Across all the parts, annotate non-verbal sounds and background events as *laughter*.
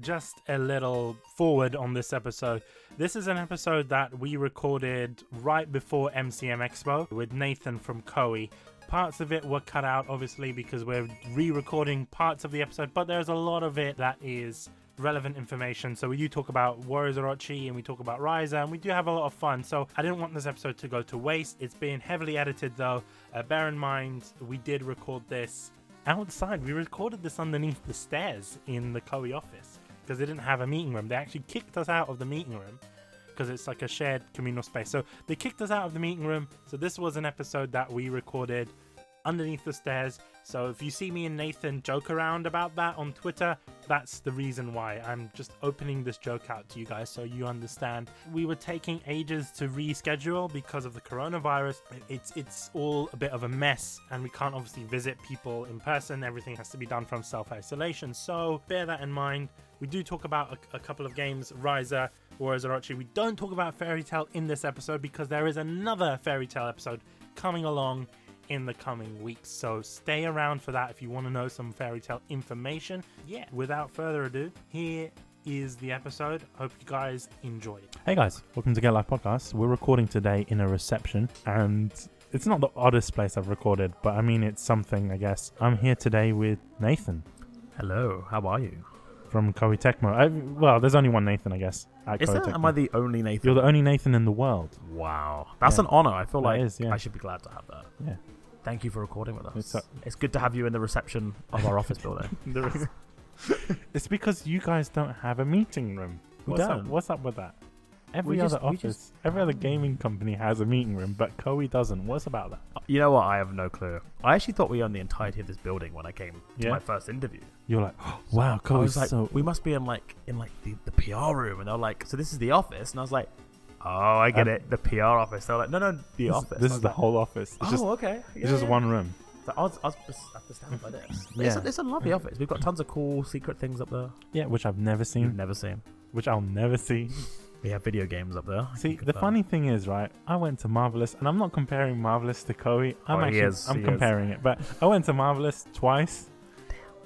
just a little forward on this episode. This is an episode that we recorded right before MCM Expo with Nathan from Koei. Parts of it were cut out, obviously, because we're re recording parts of the episode, but there's a lot of it that is relevant information. So we do talk about Warriors Orochi and we talk about Ryza and we do have a lot of fun. So I didn't want this episode to go to waste. It's being heavily edited though. Uh, bear in mind, we did record this outside. We recorded this underneath the stairs in the Koei office because they didn't have a meeting room. They actually kicked us out of the meeting room because it's like a shared communal space. So they kicked us out of the meeting room. So this was an episode that we recorded underneath the stairs. So if you see me and Nathan joke around about that on Twitter, that's the reason why. I'm just opening this joke out to you guys so you understand. We were taking ages to reschedule because of the coronavirus. It's it's all a bit of a mess and we can't obviously visit people in person. Everything has to be done from self-isolation. So bear that in mind. We do talk about a, a couple of games, Riser, Warriors Orochi. We don't talk about Fairy Tale in this episode because there is another Fairy Tale episode coming along in the coming weeks. So stay around for that if you want to know some fairy tale information. Yeah, without further ado, here is the episode. Hope you guys enjoy it. Hey guys, welcome to Get Life Podcast. We're recording today in a reception and it's not the oddest place I've recorded, but I mean it's something, I guess. I'm here today with Nathan Hello, how are you? from Koei Tecmo. I, well, there's only one Nathan, I guess. At Is Koei there, Tecmo. am I the only Nathan? You're the only Nathan in the world. wow, that's Yeah. an honor. I feel That like is, yeah. I should be glad to have that. Yeah. Thank you for recording with us. It's It's, a- good to have you in the reception of our office building. *laughs* it's because you guys don't have a meeting room. We What's don't. up? What's up with that? Every We other just- we office, just- every other gaming company has a meeting room, but Koei doesn't. What's about that? You know what? I have no clue. I actually thought we owned the entirety of this building when I came Yeah. to my first interview. You're like, "Oh, wow, I Koei's was like, so. we must be in like in like the, the PR room, and they're like, so this is the office, and I was like, oh, I get Um, it, the PR office. They're like, no, no, the this, office. This I is was the like, whole office. It's Oh, just, okay. it's just yeah, yeah." one room. So I was, I was bes- I was astounded by this. It's, Yeah. a, it's a lovely office. We've got tons of cool secret things up there. Yeah, which I've never You've seen, never seen. which I'll never see. We have video games up there. See, the funny thing is, right? I went to Marvelous, and I'm not comparing Marvelous to Koei. I'm Oh, he actually, is, I'm he is. comparing it, but I went to Marvelous twice,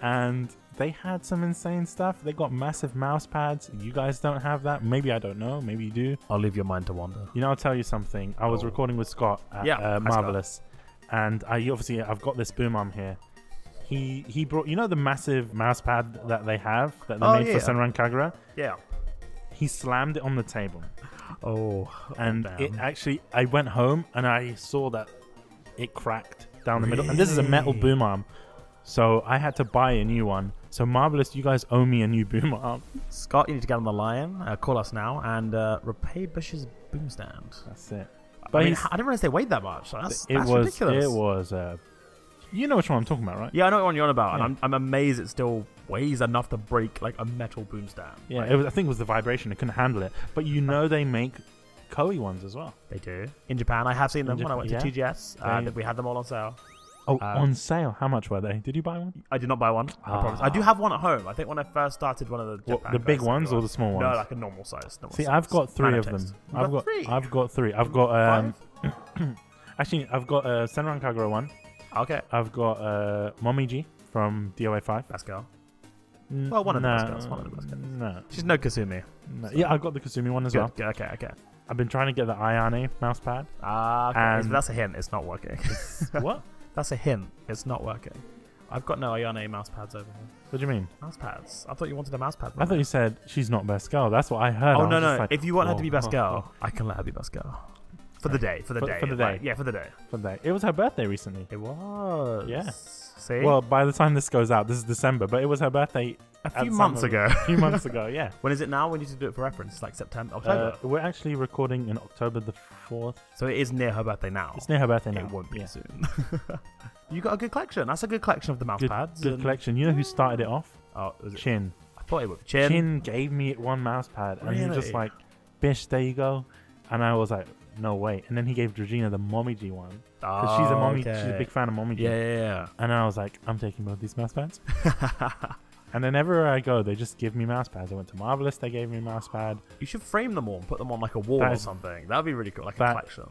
and they had some insane stuff. They got massive mouse pads. You guys don't have that. Maybe I don't know. Maybe you do. I'll leave your mind to wander. You know, I'll tell you something. I was Oh. recording with Scott at uh, Yeah, hi, Scott. Marvelous, and I obviously I've got this boom arm here. He he brought you know the massive mouse pad that they have that they Oh, made yeah. for Senran Kagura. Yeah. He slammed it on the table Oh. and damn. it actually i went home and i saw that it cracked down the middle and this is a metal Really? boom arm so i had to buy a new one so marvelous you guys owe me a new boom arm Scott, you need to get on the line. Uh, call us now and uh, repay Bush's boom stand. that's it I but mean, he's- I didn't realize they weighed that much. That's, it that's was ridiculous. it was uh you know which one i'm talking about right Yeah, I know what one you're on about, and Yeah. I'm, I'm amazed it still weighs enough to break like a metal boom stand. yeah Like, it was, i think it was the vibration it couldn't handle it but you know they make koei ones as well they do in Japan. I have seen them In when I went Japan, to TGS. Uh, They- that we had them all on sale. oh Uh, on sale how much were they did you buy one I did not buy one. I promise. I do Ah. have one at home. I think when I first started, one of the What, Japan the big guys ones got or one. the small ones No, like a normal size. normal see size. i've got three of them Manifest. You've i've got three. i've got three i've got um Five? Actually, I've got uh, Senran Kagura one. Okay, I've got uh, Momiji from DOA five. let's go. N- Mm, Well, one of the best no, girls, one of the best girls. No, She's no Kasumi. no. yeah, I've got the Kasumi one as Good. well. good, Okay, okay. I've been trying to get the Ayane mouse *laughs* pad. Ah, okay. And- that's a hint. It's not working. *laughs* what? that's a hint. It's not working. I've got no Ayane mouse pads over here. What do you mean? Mouse pads. I thought you wanted a mouse pad. I thought you said she's not best girl. That's what I heard. I Oh was no just no! like, if you want her whoa, to be *laughs* best whoa, girl, I can let her be best girl. For the day, for the For- day, for the like, day. yeah, for the day. whoa, for that. It was her birthday recently. It was. Yeah. See, Well, by the time this goes out, this is December, but it was her birthday a at few some months of- ago. a few *laughs* months ago. Yeah. when is it now? We need to do it for reference. It's like September, Uh, October. we're actually recording in October the fourth. so it is near her birthday now. It's near her birthday now. It won't be Yeah. soon. *laughs* you got a good collection. That's a good collection of the mouse Good, pads. good and- collection. You know who started it off? Oh, was it? Chin. I thought it was Chin. Chin gave me one mouse pad, and he was just Really? like, "Bish, there you go," and I was like, "No way!" And then he gave Georgina the Momiji one because she's a Oh, mommy, she's a okay. big fan of Momiji. Yeah, yeah, And I was like, "I'm taking both these mouse *laughs* pads." yeah. And then everywhere I go, they just give me mouse pads. I went to Marvelous, they gave me a mouse pad. you should frame them all and put them on like a wall That or is- something. That'd be really cool, like that- a collection.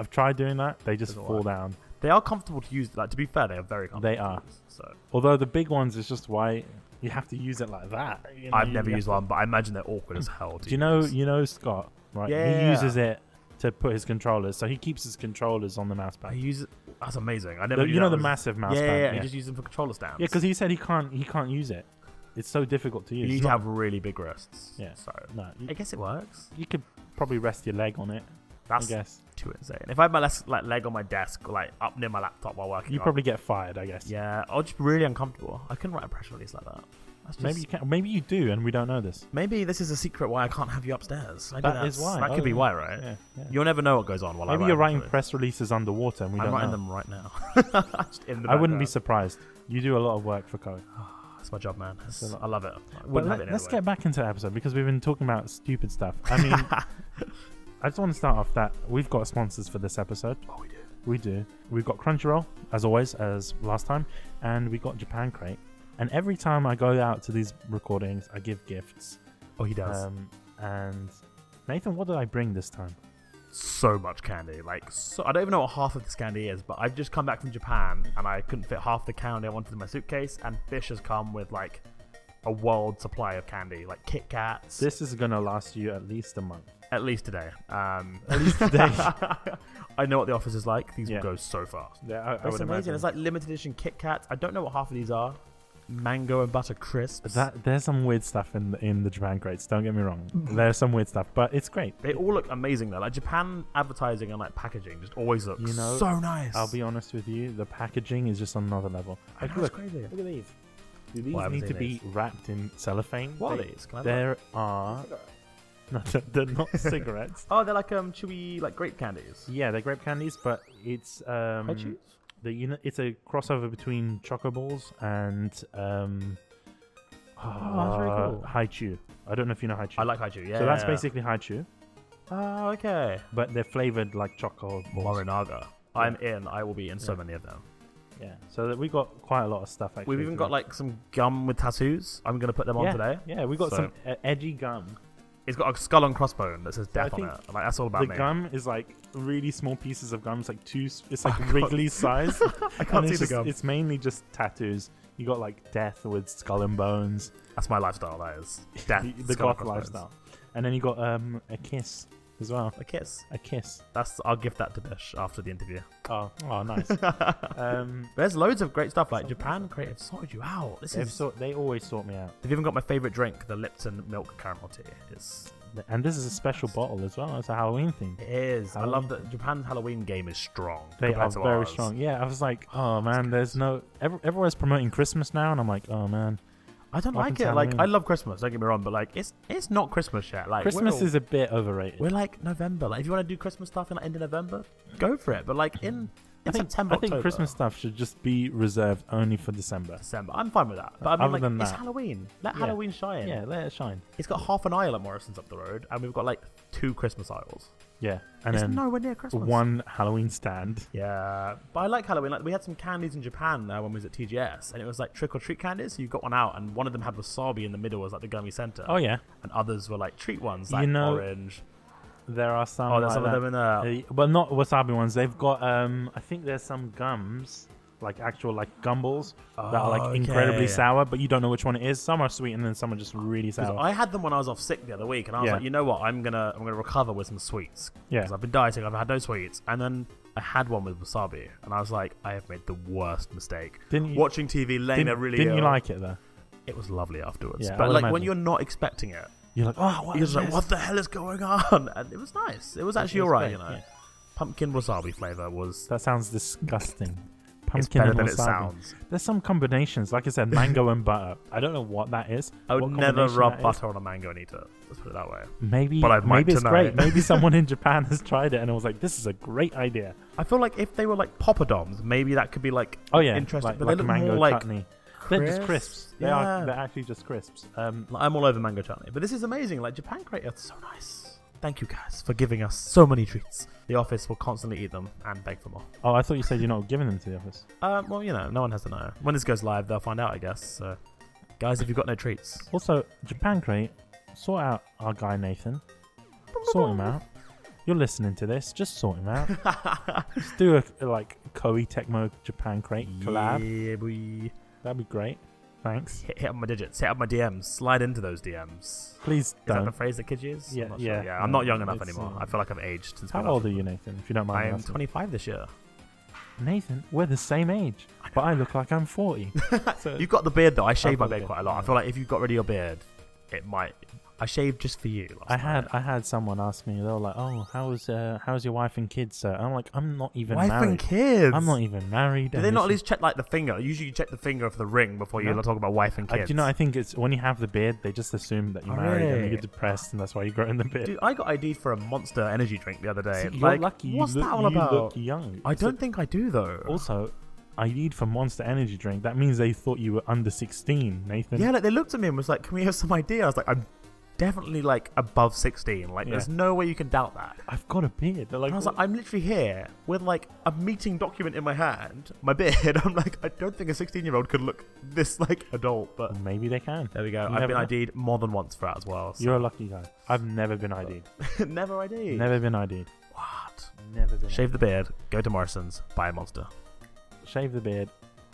I've tried doing that; they just Doesn't fall work. down. They are comfortable to use. Like to be fair, they are very comfortable. They are. To use, so Although the big ones is just why You have to use it like that. you know, I've you- never you used have one, but I imagine they're awkward as hell. to- Do you know? You know Scott, right? He Yeah. uses it to put his controllers, so he keeps his controllers on the mouse I pad. use it. That's amazing. I never. The- knew you know the that was- massive Yeah, mouse yeah, pad. yeah, yeah. You just use them for controller stands. Yeah, because he said he can't he can't use it. It's so difficult to you use. need to Not- have really big wrists. Yeah. So no, you, I guess it works. you could probably rest your leg on it. I That's guess too insane. If I had my les- like leg on my desk, or, like up near my laptop while working, you I'd- probably get fired. I guess. Yeah, or just really uncomfortable. I couldn't write a press release like that. That's just, Maybe you can. Maybe you do, and we don't know this. Maybe this is a secret why I can't have you upstairs. Maybe That is that's- why. That could Oh, be yeah. why, right? Yeah. yeah. You'll never know what goes on while I Maybe write you're a writing press press releases underwater, and we release. I'm don't writing know. them right now. *laughs* Just in the I wouldn't be background. surprised. You do a lot of work for Cohen. That's my job, man. That's- It's a lot. I love it. I But wouldn't have it. let, any us other way. get back into the episode because we've been talking about stupid stuff. I *laughs* mean, I just want to start off that we've got sponsors for this episode. Oh, we do. We do. We've got Crunchyroll, as always, as last time, and we got Japan Crate. And every time I go out to these recordings, I give gifts. Oh, he does. Um, and Nathan, what did I bring this time? so much candy. Like, so, I don't even know what half of this candy is, but I've just come back from Japan and I couldn't fit half the candy I wanted in my suitcase. And Bish has come with like a world supply of candy, like Kit Kats. This is gonna last you at least a month. At least today. Um, At least today. *laughs* I know what the office is like. These Yeah. will go so fast. Yeah, I, I That's would amazing. imagine. It's like limited edition Kit Kats. I don't know what half of these are. Mango and butter crisps. That there's some weird stuff in the, in the Japan crates. Don't get me *laughs* wrong. there's some weird stuff, but it's great. they all look amazing though. Like Japan advertising and like packaging just always looks You know, so nice. I'll be honest with you. The packaging is just on another level. I Like, know, it's look, crazy. look at these. Ah, Do these Well, I haven't need to seen be these. wrapped in cellophane? What are They- these? Can I have that? There are. *laughs* No, they're- they're *laughs* not cigarettes. Oh, they're like um chewy like grape candies. Yeah, they're grape candies, but it's um. I choose. the you know, it's a crossover between Chocoballs and um. that's very uh, cool. Haichu. I don't know if you know Haichu. I like haichu. Yeah. So that's basically Haichu, Oh, okay. but they're flavored like chocolate balls. Morinaga. I'm in. I will be in so Yeah. many of them. Yeah. So that we got quite a lot of stuff. Actually, We've even got today. like some gum with tattoos. I'm gonna put them on yeah, today. Yeah, we got So- some uh, edgy gum. It's got a skull and crossbone that says death on think it. Like that's all about The me. gum is like really small pieces of gum. It's like two. s- *laughs* It's like can't- Wrigley's size. I and can't see it's, the just, gum. it's mainly just tattoos. You got like death with skull and bones. That's my lifestyle. That is death. *laughs* the the skull and goth crossbones. lifestyle, and then you got um a kiss as well. A kiss. A kiss. That's. I'll give that to Bish after the interview. Oh, oh, *laughs* nice. um, There's loads of great stuff. Like Japan Creative sorted you out. This they've is. sort, they always sort me out, They've even got my favorite drink, the Lipton milk caramel tea. It's and this is a special bottle as well. It's a Halloween thing. It is. I Halloween. love that Japan's Halloween game is strong. They are compared to very ours. strong. Yeah, I was like, oh man, there's no. Every, everywhere's promoting Christmas now, and I'm like, oh man, I don't Up like it. until Like I Halloween. love Christmas. Don't get me wrong, but like it's it's not Christmas yet. Like Christmas we're, is a bit overrated. we're like November. Like if you want to do Christmas stuff in like end of November, go for it. But like in, in I think, September, I think October, Christmas stuff should just be reserved only for December. December, I'm fine with that. But I mean, Other like than it's that- Halloween. Let Yeah. Halloween shine. Yeah, let it shine. It's got half an aisle at Morrison's up the road, and we've got like two Christmas aisles. Yeah, and it's then nowhere near Christmas. one Halloween stand. Yeah, but I like Halloween. Like we had some candies in Japan uh, when we was at TGS, and it was like trick or treat candies. So you got one out, and one of them had wasabi in the middle as like the gummy center, Oh yeah, and others were like treat ones, You like know- orange. there are some. Oh, there's like some that. of them in there. Uh, but not wasabi ones. They've got um, I think there's some gums, like actual like gumballs that are like Oh, incredibly okay. sour, but you don't know which one it is. Some are sweet and then some are just really 'Cause sour. I had them when I was off sick the other week, and I was Yeah. like, you know what, I'm gonna I'm gonna recover with some sweets. Yeah. Because I've been dieting, I've had no sweets, and then I had one with wasabi, and I was like, I have made the worst mistake. Didn't you- Watching TV, laying there didn't really. didn't you ill, like it though? It was lovely afterwards, Yeah, I but would like when imagine. you're not expecting it, You're like, oh, what He was is like, this?" "What the hell is going on?" *laughs* And it was nice. It was actually It was all right, great, you know. yeah. Pumpkin wasabi flavor was. That sounds disgusting. Pumpkin It's better and than wasabi. it sounds. There's some combinations, like I said, mango and butter. I don't know what that is. I would what never combination that rub is. butter on a mango and eat it. Let's put it that way. Maybe, but I'd like maybe to it's know. great. *laughs* Maybe someone in Japan has tried it and it was like, this is a great idea. I feel like if they were like poppadoms, maybe that could be like Oh yeah, interesting. Like, but like they look mango more like chutney. They're just crisps. They Yeah. are. They're actually just crisps. Um, Like, I'm all over mango chutney, but this is amazing. Like Japan created it's so nice. Thank you guys for giving us so many treats. The office will constantly eat them and beg for more. oh, I thought you said you're not giving them to the office. Um, well, you know, no one has to know. When this goes live, they'll find out, I guess. So, guys, if you've got no treats, Also, Japan Crate, sort out our guy Nathan. Sort him *laughs* out. You're listening to this. Just sort him out. Let's do a like Koei Tecmo Japan Crate collab. Yeah, boy. That'd be great. Thanks. Hit, hit up my digits, hit up my DMs, slide into those DMs. Please Is that don't. the phrase that kids use? Yeah, I'm not yeah, Sure. yeah. I'm no, not young enough it's, anymore. uh, I feel like I'm aged since. How being old are honest. you, Nathan? If you don't mind, I am asking? 25 this year. Nathan, we're the same age, but I look like I'm *laughs* 40. so You've got the beard though. I shave my got the beard beard, quite a lot. I yeah. feel like if you got rid of your beard, it might. I shaved just for you. Last I had night. I had someone ask me. They were like, "Oh, how's uh, how's your wife and kids, sir?" And I'm like, "I'm not even wife married. and kids. I'm not even married." Do and they not at this least check like the finger? Usually, you check the finger of the ring before you No. talk about wife and is- I, kids. do you know? I think it's when you have the beard, they just assume that you're Oh, married and really? you're depressed, and that's why you're growing the beard. *laughs* Dude, I got ID'd for a Monster Energy drink the other day. See, you're like, lucky. What's you look, that all you about? look young. I So- don't think I do though. also, I need for Monster Energy drink. That means they thought you were under 16, Nathan. yeah, like they looked at me and was like, "Can we have some idea?" I was like, "I'm definitely like above 16. Like, Yeah. there's no way you can doubt that." I've got a beard. They're like, And I was like, I'm literally here with like a meeting document in my hand, my beard. *laughs* I'm like, I don't think a 16 year old could look this like adult, but "Well, maybe they can. there we go. You I've never been know. ID'd more than once for that as well. So. You're a lucky guy. I've never been ID'd. *laughs* Never ID'd. Never been ID'd. What? Never been. Shave the beard, go to Morrison's, buy a monster. shave the beard,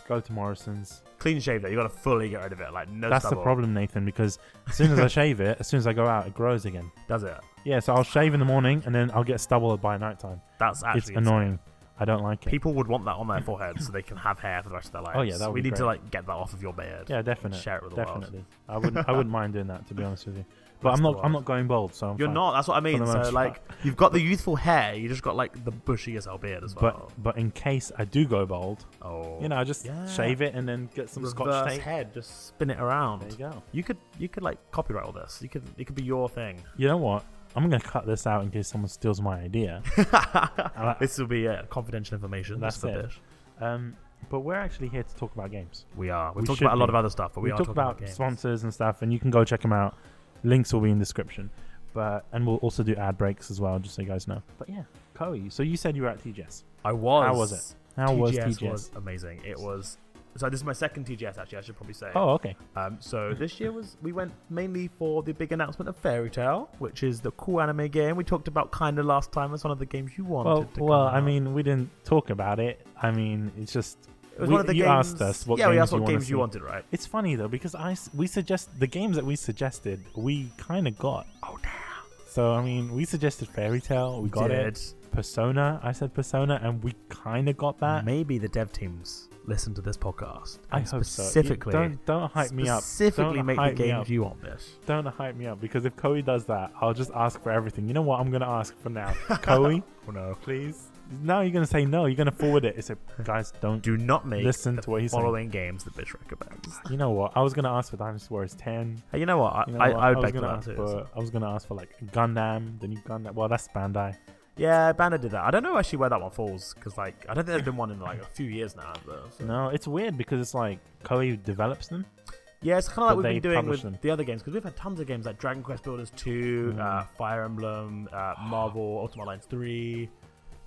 go to Morrison's. Clean shave though, you gotta fully get rid of it. Like, no That's the stubble. problem, Nathan, because as soon as I shave it, as soon as I go out, it grows again. Does it? Yeah, so I'll shave in the morning and then I'll get stubble by nighttime. That's actually it's insane. annoying. I don't like it. People would want that on their forehead so they can have hair for the rest of their lives. Oh, yeah, that would We be need to great. like get that off of your beard. yeah, definitely. Share it with the world. Definitely. I wouldn't I wouldn't mind doing that to be honest with you. But That's I'm the not I'm world. not going bald, so I'm You're fine. not. That's what I mean. the So most like, you've got the youthful hair. You just got like the bushiest old beard as well. But but in case I do go bald, oh, you know, I just Yeah. shave it and then get some reverse scotch tape. head. Just spin it There you around. You, go. could, you could like copyright all this. You could, it could be your thing. You know what? I'm gonna cut this out in case someone steals my *laughs* idea. like- this will be uh, confidential information. That's Mr. it. Bish. Um, but we're actually here to talk about games. We are. We've We talked should about a lot be. of other stuff, but we, we, are talk talking about games. sponsors and stuff, and you can go check them out. Links will be in the description, but and we'll also do ad breaks as well, just so you guys know. But yeah, Koei. So you said you were at TGS. I was. How was it? How was TGS? was amazing. It was. So this is my second TGS actually. I should probably say. oh, okay. Um, so this year was we went mainly for the big announcement of Fairy Tale, which is the cool anime game we talked about kind of last time. It's one of the games you wanted. Well, to come well, I out. mean, we didn't talk about it. I mean, it's just it was we- one of the you games. asked us what yeah, we games asked you what wanna games you see. wanted, right? it's funny though because I s- we suggest the games that we suggested we kind of got. Oh damn! So I mean, we suggested Fairy Tale, we got it. Persona, I said Persona, and we kind of got that. Maybe the dev teams listen to this podcast. I and hope so. You- specifically. Don't don't hype me up. Specifically, Don't make hype the me games up. you want, Bish. Don't hype me up because if Koei does that, I'll just ask for everything. You know what? I'm gonna ask for *laughs* now. Koei, Oh no! please. Now you're gonna say no. You're gonna forward it. It's a guys. Don't. Do not make Listen the to what he's saying. following games that Bish recommends. You know what? I was gonna ask for Dynasty Warriors 10. Hey, you know what? I, You know I, what? I would was beg for gonna that ask too. for. I was gonna ask for like Gundam, the new Gundam. Well, that's Bandai. Yeah, Banner did that. I don't know actually where that one falls because like I don't think there's been one in like a few years now. Though, so. *laughs* No, it's weird because it's like Koei develops them. Yeah, it's kind But of like we've they been doing publish with them. the other games because we've had tons of games like Dragon Quest Builders Two, uh, Mm. Fire Emblem, uh, Marvel Ultimate Alliance Three.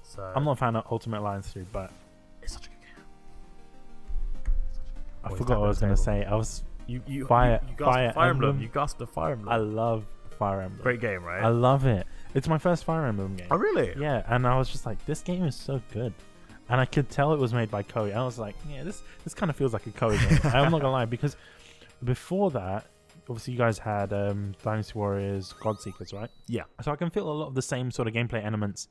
So I'm not a fan of Ultimate Alliance 3, but It's such a good game. I Oh, forgot he's tapping what I was the gonna table. say. I was. You you Fire- you, you gasped Fire at Fire Emblem. Emblem. You gasped the Fire Emblem. I love Fire Emblem. Great game, I right? love it. It's my first Fire Emblem game. oh really? Yeah, and I was just like, this game is so good. And I could tell it was made by Koei. I was like, yeah, this this kind of feels like a Koei *laughs* game. I'm not gonna lie, because before that, obviously you guys had um, Dynasty Warriors, Godseekers, right? Yeah. So I can feel a lot of the same sort of gameplay elements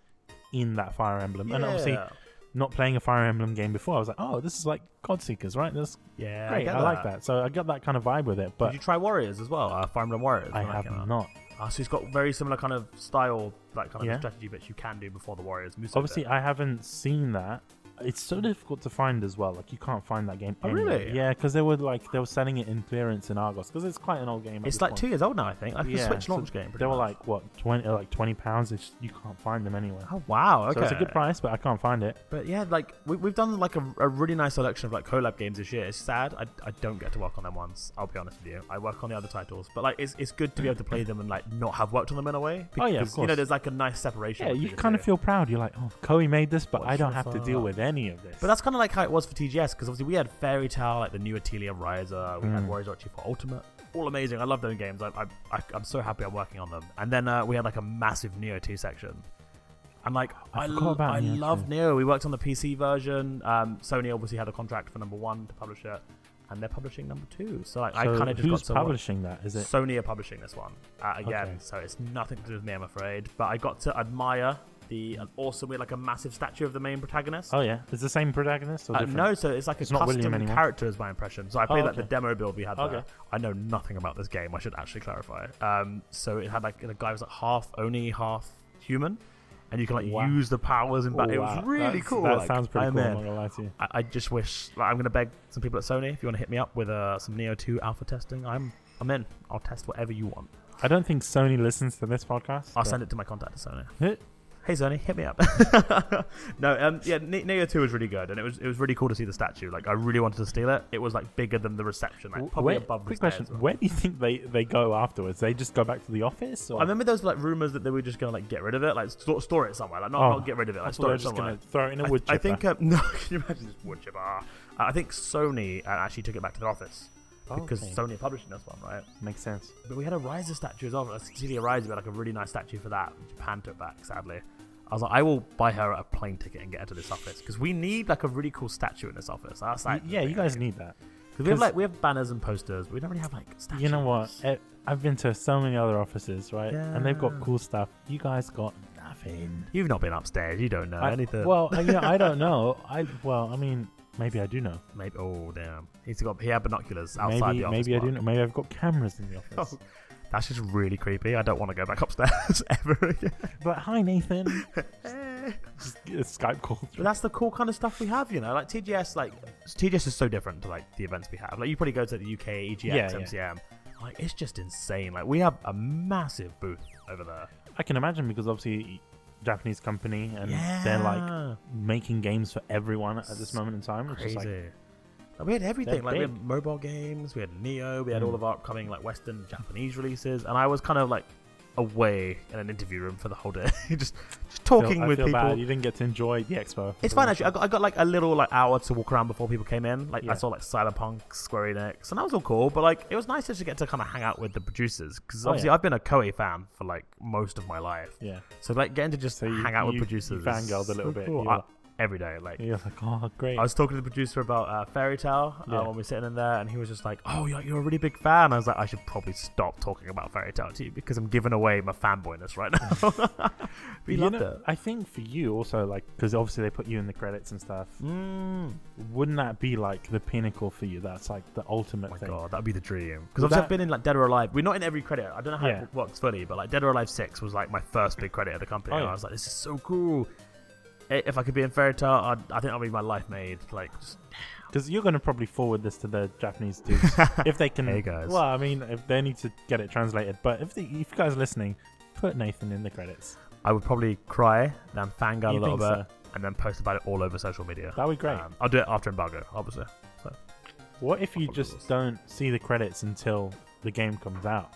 in that Fire Emblem. And obviously, Yeah. not playing a Fire Emblem game before, I was like, oh, this is like Godseekers, right? That's yeah, great. get I, like that. So I got that kind of vibe with it, but Did you try Warriors as well? Uh, Fire Emblem Warriors. I when that have came out? not. Uh, so it's got very similar kind of style, like kind of Yeah. strategy bits you can do before the Warriors. Musou Obviously, bit. I haven't seen that. It's so difficult to find as well. Like you can't find that game. Oh, anywhere. really? Yeah, because they were like they were selling it in clearance in Argos because it's quite an old game. at it's this like point. two years old now, I think. Like the Yeah, Switch so launch game. pretty They were much. like what twenty, like twenty pounds. It's, you can't find them anywhere. oh wow, okay, So it's a good price, but I can't find it. But yeah, like we, we've done like a, a really nice selection of like collab games this year. It's sad I, I don't get to work on them once. I'll be honest with you. I work on the other titles, but like it's, it's good to be able to play them and like not have worked on them in a way. Oh, yeah, of you know course. there's like a nice separation. Yeah, between you the kind two. of feel proud. You're like, oh, Koei made this, but What I don't the have to deal fuck? with any of this. But that's kind of like how it was for TGS because obviously we had Fairy Tale, like the new Atelier Riser, we Mm. had Warriors Archie for Ultimate. All amazing. I love those games. I, I, I, I'm so happy I'm working on them. And then uh, we had like a massive Neo 2 section. And like, I I, forgot l- about I Neo love 2. Neo. We worked on the PC version. Um, Sony obviously had a contract for number one to publish it. and they're publishing number two. So like, I So kind of just who's got to watch- publishing that? Is it? Sony are publishing this one uh, again, Okay. so it's nothing to do with me, I'm afraid. But I got to admire the an awesome, like a massive statue of the main protagonist. Oh yeah, it's the same protagonist or Uh, different? no, so it's like a It's not William custom anymore. Oh, character, is my impression. So I played like the okay. demo build we had. There. Okay. I know nothing about this game. I should actually clarify. Um, so it had like the guy was like half Oni, half human, and you can like Wow. use the powers and battle. it was Wow, really that's- cool. That like, sounds pretty I'm cool. in. I'm not gonna lie to you. I, I just wish like, I'm gonna beg some people at Sony if you want to hit me up with uh, some Neo 2 alpha testing. I'm I'm in. I'll test whatever you want. I don't think Sony listens to this podcast. I'll but- send it to my contact at Sony. Huh? Hey Sony, hit me up. *laughs* no, um, yeah, Ne- Neo Two was really good, and it was it was really cool to see the statue. Like I really wanted to steal it. It was like bigger than the reception, like W- probably where- above. the quick stairs question: as well. Where do you think they, they go afterwards? They just go back to the office? Or? I remember those like rumors that they were just gonna like get rid of it, like store, store it somewhere, like not, Oh, not get rid of it, I like thought they store were it just somewhere. gonna throw it in a I- wood chipper. I think uh, *laughs* no. Can you imagine this wood chipper? Uh, I think Sony uh, actually took it back to their office because Oh, Okay. Sony published this one, right? makes sense. But we had a Riser statue as well. Like, Cecilia Riser, we had like a really nice statue for that. Japan took back, sadly. I was like, I will buy her a plane ticket and get her to this office because we need like a really cool statue in this office. That's Y- like, yeah, you guys need that. 'Cause we have 'cause- like we have banners and posters, but we don't really have like statues. You know what? Eh, I've been to so many other offices, right? And they've got Yeah. cool stuff. You guys got nothing. You've not been upstairs. You don't know I- anything. Well, I- yeah, I *laughs* don't know. I well, I mean, maybe I do know. maybe. Oh damn, he's got he had binoculars outside maybe the office. maybe I do block. know. Maybe I've got cameras *laughs* in the office. That's just really creepy. I don't want to go back upstairs *laughs* ever again. But hi, *laughs* Nathan. Eh. Just get a Skype *laughs* call. But that's the cool kind of stuff we have, you know. Like TGS, like TGS is so different to like the events we have. Like you probably go to the E UK EGX, Yeah, yeah. MCM. Like it's just insane. Like we have a massive booth over there. I can imagine because obviously Japanese company and they're like making games for everyone at this moment in time. Which crazy. is like, Like, we had everything. They're Like we big. had mobile games, we had Neo, we had all Mm. of our upcoming like Western Japanese releases, and I was kind of like away in an interview room for the whole day, *laughs* just just I feel- talking I with feel people. bad. You didn't get to enjoy the expo. It's for fine that. actually. I got, I got like a little like hour to walk around before people came in. Like Yeah. I saw like Cyberpunk, Square Enix, and that was all cool. But like it was nice just to get to kind of hang out with the producers because Oh, obviously yeah. I've been a Koei fan for like most of my life. Yeah. So like getting to just So you- hang out you- with you producers, fangirled is a little so bit, cool. you I- were- every day. Like You're like, oh, great. I was talking to the producer about uh, Fairy Tale uh, Yeah. when we were sitting in there, and he was just like, "Oh, you're, you're a really big fan." I was like, "I should probably stop talking about Fairy Tale to you because I'm giving away my fanboyness right now." *laughs* but he You loved know, I think for you also, like, because obviously they put you in the credits and stuff. it. Mm. Wouldn't that be like the pinnacle for you? That's like the ultimate Oh my thing. god, that'd be the dream. Would Because obviously that- I've been in like Dead or Alive. We're not in every credit. I don't know how Yeah. it works fully, but like Dead or Alive Six was like my first big credit at the company. Oh, and yeah. I was like, this is so cool. I- If I could be in Fairy Tale, I'd, I think that'll be my life made. Like, just, Because you're going to probably forward this to the *laughs* Japanese dudes if they can. Hey, guys. Well, I mean, if they need to get it translated, but if, they, if you guys are listening, put Nathan in the credits. I would probably cry, then fangirl You a little think bit, and then post about it all over social media. That'd be great. Um, I'll do it after embargo, obviously. what if you probably just was. don't see the credits until the game comes out?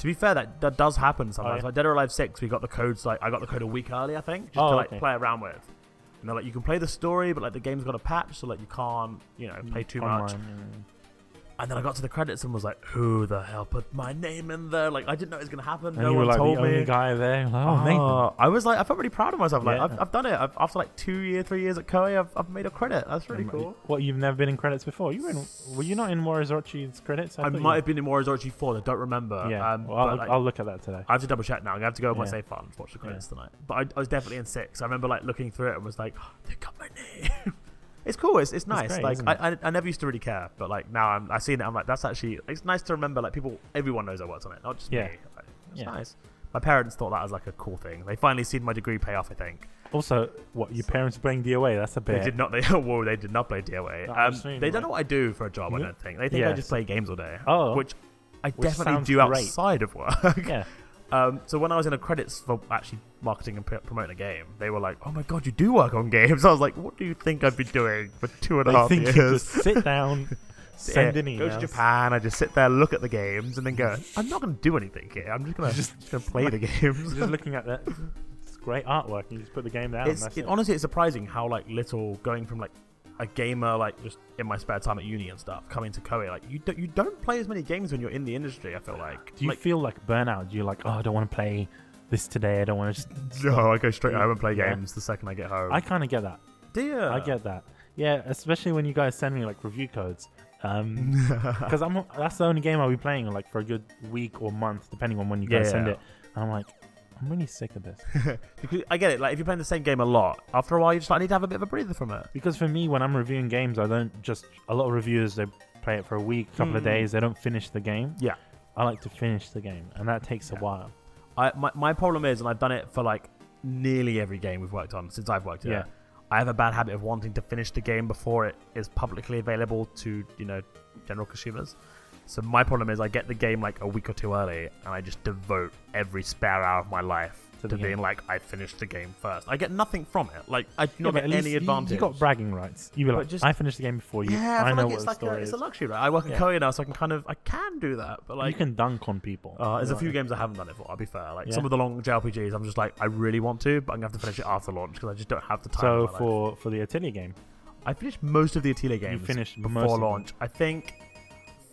To be fair, that, that does happen Oh, sometimes. yeah. Like Dead or Alive Six, we got the codes. Like I got the code a week early, I think, just Oh, to like okay. play around with. And they're like, you can play the story, but like the game's got a patch, so like you can't, you know, play too much. Mm, Online, And then I got to the credits and was like, who the hell put my name in there? Like I didn't know it was gonna happen. And no you were one like the told me. only guy there. Like, oh, Ah, Nathan. I was like, I felt really proud of myself. Like Yeah. I've, I've done it. I've, after like two year, three years at Koei, I've, I've made a credit. That's really Um, cool. What you've never been in credits before? You were in, were you not in Morizochi's credits? I, thought you- might have been in Morizochi 4, I don't remember. Yeah, Um, well, I'll, but, look- like, I'll look at that today. I have to double check now. I have to go with my Yeah. safe file and watch the credits tonight. But I, I was definitely in six. I remember like looking through it and was like, *gasps* they got my name. *laughs* it's cool. It's, it's nice. great, like isn't I, I, I never used to really care, but like now I'm I seen it. I'm like that's actually it's nice to remember. Like people, everyone knows I worked on it, not just Yeah. me. Like, it's Yeah. nice. My parents thought that was like a cool thing. They finally seen my degree pay off. I think Also, what your So- parents are playing DOA? That's a bit. they did not. They *laughs* whoa, they did not play DOA. No, I've Um, seen, they don't like- know what I do for a job. I Yeah. don't think they think I Mm-hmm. Yes. just play games all day, Oh, which I Which definitely sounds do great. outside of work. *laughs* yeah. Um, so when I was in the credits for actually marketing and pr- promoting a game, they were like, "Oh my god, you do work on games." *laughs* I was like, "What do you think I've been doing for two and a They half think you years?" just sit down, send *laughs* Yeah, an go email. to Japan. I just sit there, look at the games, and then go. I'm not going to do anything here. I'm just going to just gonna play the *laughs* games. Just looking at that, it's great artwork. You just put the game down. it's that's it, it. honestly it's surprising how like little going from like a gamer like just in my spare time at uni and stuff coming to Koei like you don't you don't play as many games when you're in the industry. I feel like Do you like, feel like burnout? Do you like, oh, I don't want to play this today. I don't want to. just *laughs* no, I go straight home and play Yeah. games the second I get home. I kind of get that. do. *laughs* I get that. Yeah, especially when you guys send me like review codes, *laughs* Um, because I'm that's the only game I'll be playing like for a good week or month, depending on when you guys Yeah. send it. And I'm like, I'm really sick of this *laughs* Because I get it. Like if you're playing the same game a lot, after a while you just like need to have a bit of a breather from it. because for me, when I'm reviewing games, I don't just a lot of reviewers they play it for a week, couple of Mm. days, they don't finish the game. Yeah. I like to finish the game, and that takes Yeah. a while. I my, my problem is, and I've done it for like nearly every game we've worked on since I've worked here. Yeah. I have a bad habit of wanting to finish the game before it is publicly available to you know general consumers. So my problem is, I get the game like a week or two early, and I just devote every spare hour of my life To to, the being game. like, I finished the game first. I get nothing from it. Like I do Yeah, not but get at least any you- advantage. You got bragging rights. You were But like, just- I finished the game before you. yeah, I I, feel know like what it's the like a, story it's is. a luxury, right? I work in Yeah. Korea now, so I can kind of I can do that, but like you can dunk on people. Uh, there's a You few know, games I haven't done it for. I'll be fair. Like Yeah. some of the long JRPGs, I'm just like, I really want to, but I'm gonna have to finish it after launch because I just don't have the time. in So my life. for for the Atelier game, I finished most of the Atelier games finished before most of them. launch. I think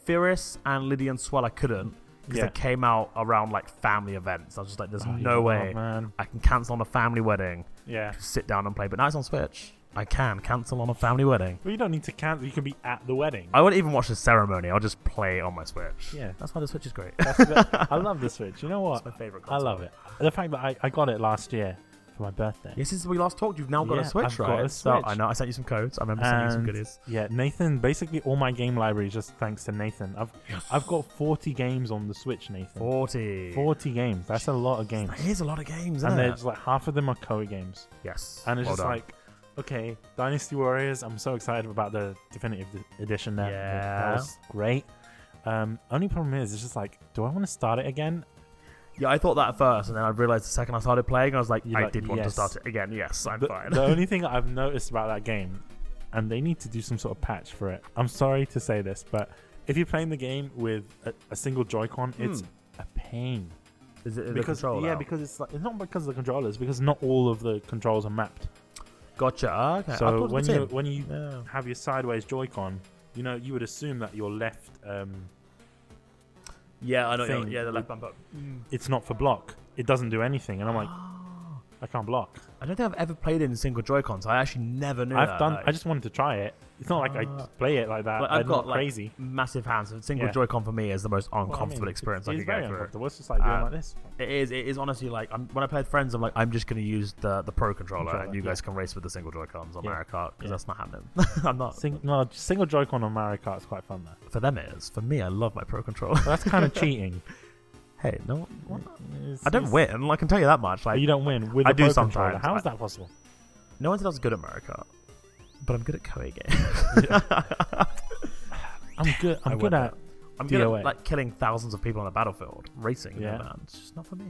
Furious and Lydian Swell I couldn't because Yeah. they came out around like family events. I was just like, there's Oh, yeah, no way man. I can cancel on a family wedding, Yeah. sit down and play. But now it's on Switch. I can cancel on a family wedding. Well, you don't need to cancel. You can be at the wedding. I won't even watch the ceremony. I'll just play on my Switch. Yeah. that's why the Switch is great. *laughs* That's the- *laughs* I love the Switch. You know what? It's my favorite. I Console. love it. The fact that I, I got it last year for my birthday. Yes, since we last talked, you've now got Yeah, a Switch, I've right? got a So- I Switch. know. I sent you some codes. I remember sending you some And- goodies. Yeah, Nathan. Basically, all my game library is just thanks to Nathan. I've I've got 40 games on the Switch, Nathan. 40. 40 games. That's a lot of games. That is a lot of games, And isn't they're it? just like half of them are Koei games, yes. and it's Well just done. like, okay, Dynasty Warriors. I'm so excited about the definitive d- edition. There, Yeah. that was great. Um, only problem is, it's just like, do I want to start it again? Yeah, I thought that at first, and then I realized the second I started playing, I was like, You're I like, did want yes. to start it again. Yes, I'm The, fine. the only thing I've noticed about that game, and they need to do some sort of patch for it. I'm sorry to say this, but if you're playing the game with a, a single Joy-Con, it's Hmm. a pain. *laughs* is it because the controller? yeah, because it's like it's not because of the controllers, because not all of the controls are mapped. gotcha. Ah, Okay. I thought it so was when the you same. when you Yeah. have your sideways Joy-Con, you know you would assume that your left um, yeah, I know. thing- yeah, the left bumper. Mm. it's not for block. It doesn't do anything, and I'm *gasps* like, Ah. I can't block. I don't think I've ever played it in single Joy Cons. I actually never knew. I've that, done. like- I just wanted to try it. It's not like I Ah. play it like that. Like, I'm I've got not like, crazy. massive hands. A single Yeah. Joy Con for me is the most Well, I uncomfortable mean, experience it's, I it's could very go through. uncomfortable. It's just like doing Uh, like this. It is. It is honestly like I'm, when I play with friends, I'm like I'm just gonna use the the pro controller, Controller, and you guys can race with the single Joy Cons on Yeah. Mario Kart Yeah. because that's not happening. *laughs* I'm not. Sing, no, single Joy-Con on Mario Kart is quite fun though. For them, it is. For me, I love my pro controller. But that's kind *laughs* of cheating. *laughs* hey, no, what? It's- I don't it's- win. I can tell you that much. Like You don't win with I a do Pro controller. sometimes. How is I- that possible? no one said I was good at Mario Kart, but I'm good at Koei Yeah. games. *laughs* I'm good. I I'm win good at. *laughs* I'm good DOA. at like killing thousands of people on a battlefield racing. Yeah. Yeah, man, it's just not for me.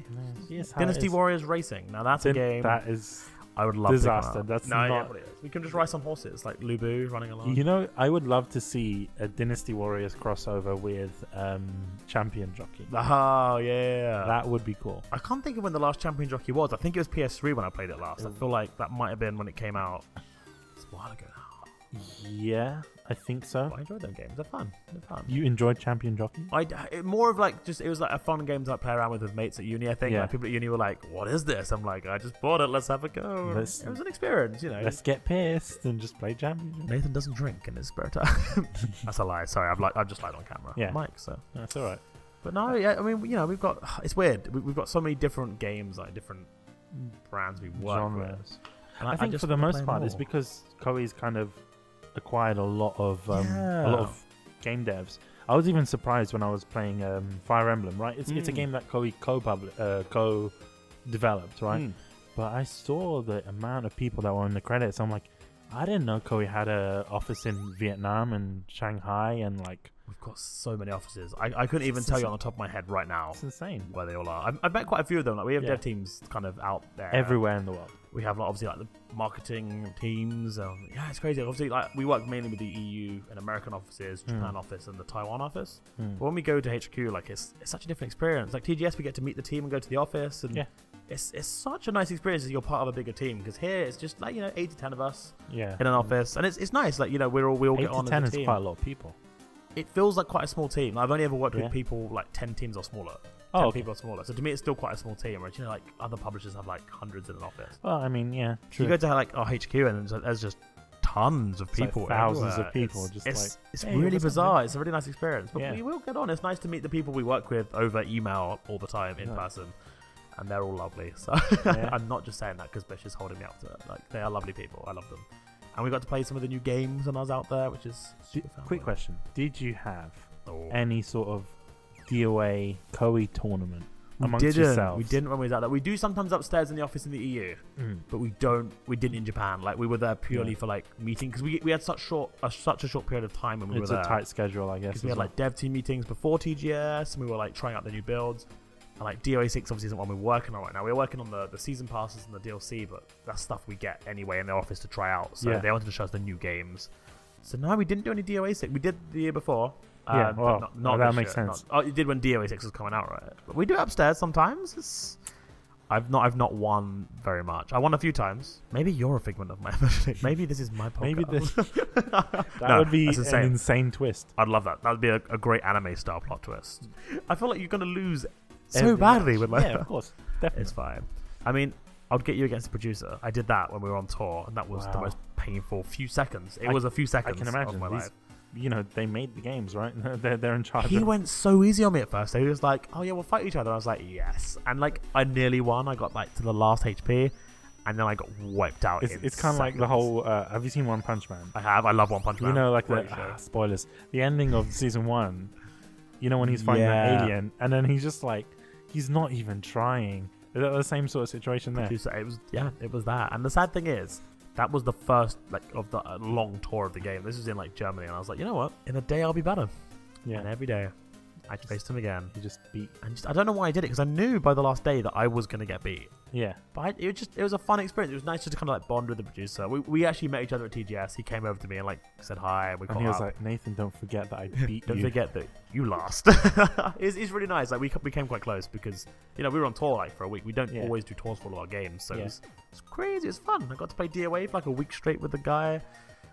Yes, how it Dynasty is. Warriors racing. Now that's a Din- game That is. I would love. to come disaster. out. That's no, yeah, not- but it is. We can just race on horses like Lubu running along. You know, I would love to see a Dynasty Warriors crossover with um, Champion Jockey. Oh yeah. That would be cool. I can't think of when the last Champion Jockey was. I think it was PS3 when I played it last. I feel like that might have been when it came out. It's a while ago now. Yeah, I think so. But I enjoyed them games. They're fun. They're fun. You enjoyed Champion Jockey? I it, more of like just it was like a fun game to like play around with with mates at uni. I think Yeah. like, people at uni were like, "What is this?" I'm like, "I just bought it. Let's have a go." And Let's- it was an experience, you know. Let's get pissed and just play Champion. Jockey. Nathan doesn't drink in his spare *laughs* time. That's a lie. Sorry, I've like I've just lied on camera. Yeah. Mike. So, That's all right. but no, yeah. I mean, you know, we've got it's weird. We, we've got so many different games, like different brands we work with. Genres. And I, think just for the wanna most play part, it's more. because Koei's kind of acquired a lot of um, a lot Yeah. of game devs. I was even surprised when I was playing um, Fire Emblem. Right, it's it's a Mm. game that Koei co uh, co developed, right? Mm. But I saw the amount of people that were in the credits. I'm like, I didn't know Koei had a office in Vietnam and Shanghai, and like We've got so many offices. I, I couldn't even It's tell you insane. on the top of my head right now it's insane. where they all are. I've, I've met quite a few of them. Like we have Yeah. dev teams kind of out there. Everywhere in the world. We have like, obviously like the marketing teams. Um, yeah, it's crazy. Obviously, like we work mainly with the EU and American offices, Hmm. Japan office, and the Taiwan office. Mm. But when we go to HQ, like it's it's such a different experience. Like TGS, we get to meet the team and go to the office, and Yeah. it's it's such a nice experience that you're part of a bigger team. Because here it's just like you know eight to ten of us Yeah. in an office, and it's it's nice. Like you know we're all we all Eight get to on ten as is a team quite a lot of people. it feels like quite a small team. Like, I've only ever worked Yeah. with people like ten teams or smaller. Oh, Ten okay. people or smaller. So to me, it's still quite a small team. Whereas you know, like other publishers have like hundreds in an office. Well, I mean, yeah, true. You go to like our HQ and there's, there's just tons of It's like people, thousands everywhere. of people It's, just it's, like, it's "Hey, really what's up, bizarre. It's a really nice experience, but Yeah. we will get on. It's nice to meet the people we work with over email all the time in Yeah. person, and they're all lovely. *laughs* So Yeah. Uh, I'm not just saying that because Bish is holding me up to it. Like they are lovely people. I love them, and we got to play some of the new games when I was out there, which is D- super fun. quick question: Did you have Oh. any sort of DOA Koei tournament amongst we didn't. yourselves? We didn't when we was out there. We do sometimes upstairs in the office in the EU, Mm. but we don't. We didn't in Japan. Like we were there purely Yeah. for like meeting because we, we had such short uh, such a short period of time when we it's were a there. tight schedule, I guess. because we as had well. like dev team meetings before TGS, and we were like trying out the new builds. And like DOA six obviously isn't one we're working on right now. We're working on the, the season passes and the DLC, but that's stuff we get anyway in the office to try out. So Yeah. they wanted to show us the new games. So no, we didn't do any DOA six. We did the year before. Yeah, um, but well, not, not that this makes year. sense. Not- oh, you did when DOA six was coming out, right? But we do it upstairs sometimes. It's, I've not I've not won very much. I won a few times. Maybe you're a figment of my *laughs* imagination. Maybe this is my podcast. *laughs* Maybe this- *laughs* that No, would be that's an insane. insane twist. I'd love that. That would be a, a great anime style plot twist. I feel like you're gonna lose so Every badly match. with like uh, yeah, that. of *laughs* course, It's definitely. fine. I mean, I'd get you against the producer. I did that when we were on tour, and that was the Wow. most painful few seconds. It I- was a few seconds. imagine. Of my These life. You know, they made the games, right? *laughs* they're they're in charge. He of went so easy on me at first. He was like, "Oh yeah, we'll fight each other." I was like, "Yes," and like I nearly won. I got like to the last HP, and then I got wiped out. It's, in it's kind of like the seconds. whole. Uh, have you seen One Punch Man? I have. I love One Punch Man. You know, like the Great show. ah, spoilers. The ending of season one. You know when he's fighting Yeah. that alien, and then he's just like, he's not even trying. Is that the same sort of situation *laughs* there? producer. It was yeah, it was that. And the sad thing is, that was the first like of the uh, long tour of the game. This was in like Germany, and I was like, you know what? In a day, I'll be better. Yeah, And every day, I faced him again. he just beat. And just, I don't know why I did it because I knew by the last day that I was gonna get beat. Yeah, But I, it was just it was a fun experience. It was nice just to kind of like bond with the producer. We, we actually met each other at TGS. He came over to me and like said hi. And we and caught he was up. like, Nathan, don't forget that I beat *laughs* Don't you. forget that you lost. *laughs* it's, it's really nice. Like we c- became quite close because you know we were on tour like for a week. We don't Yeah. always do tours for all our games, so Yeah. it's it's crazy. It's fun. I got to play DOA for like a week straight with the guy.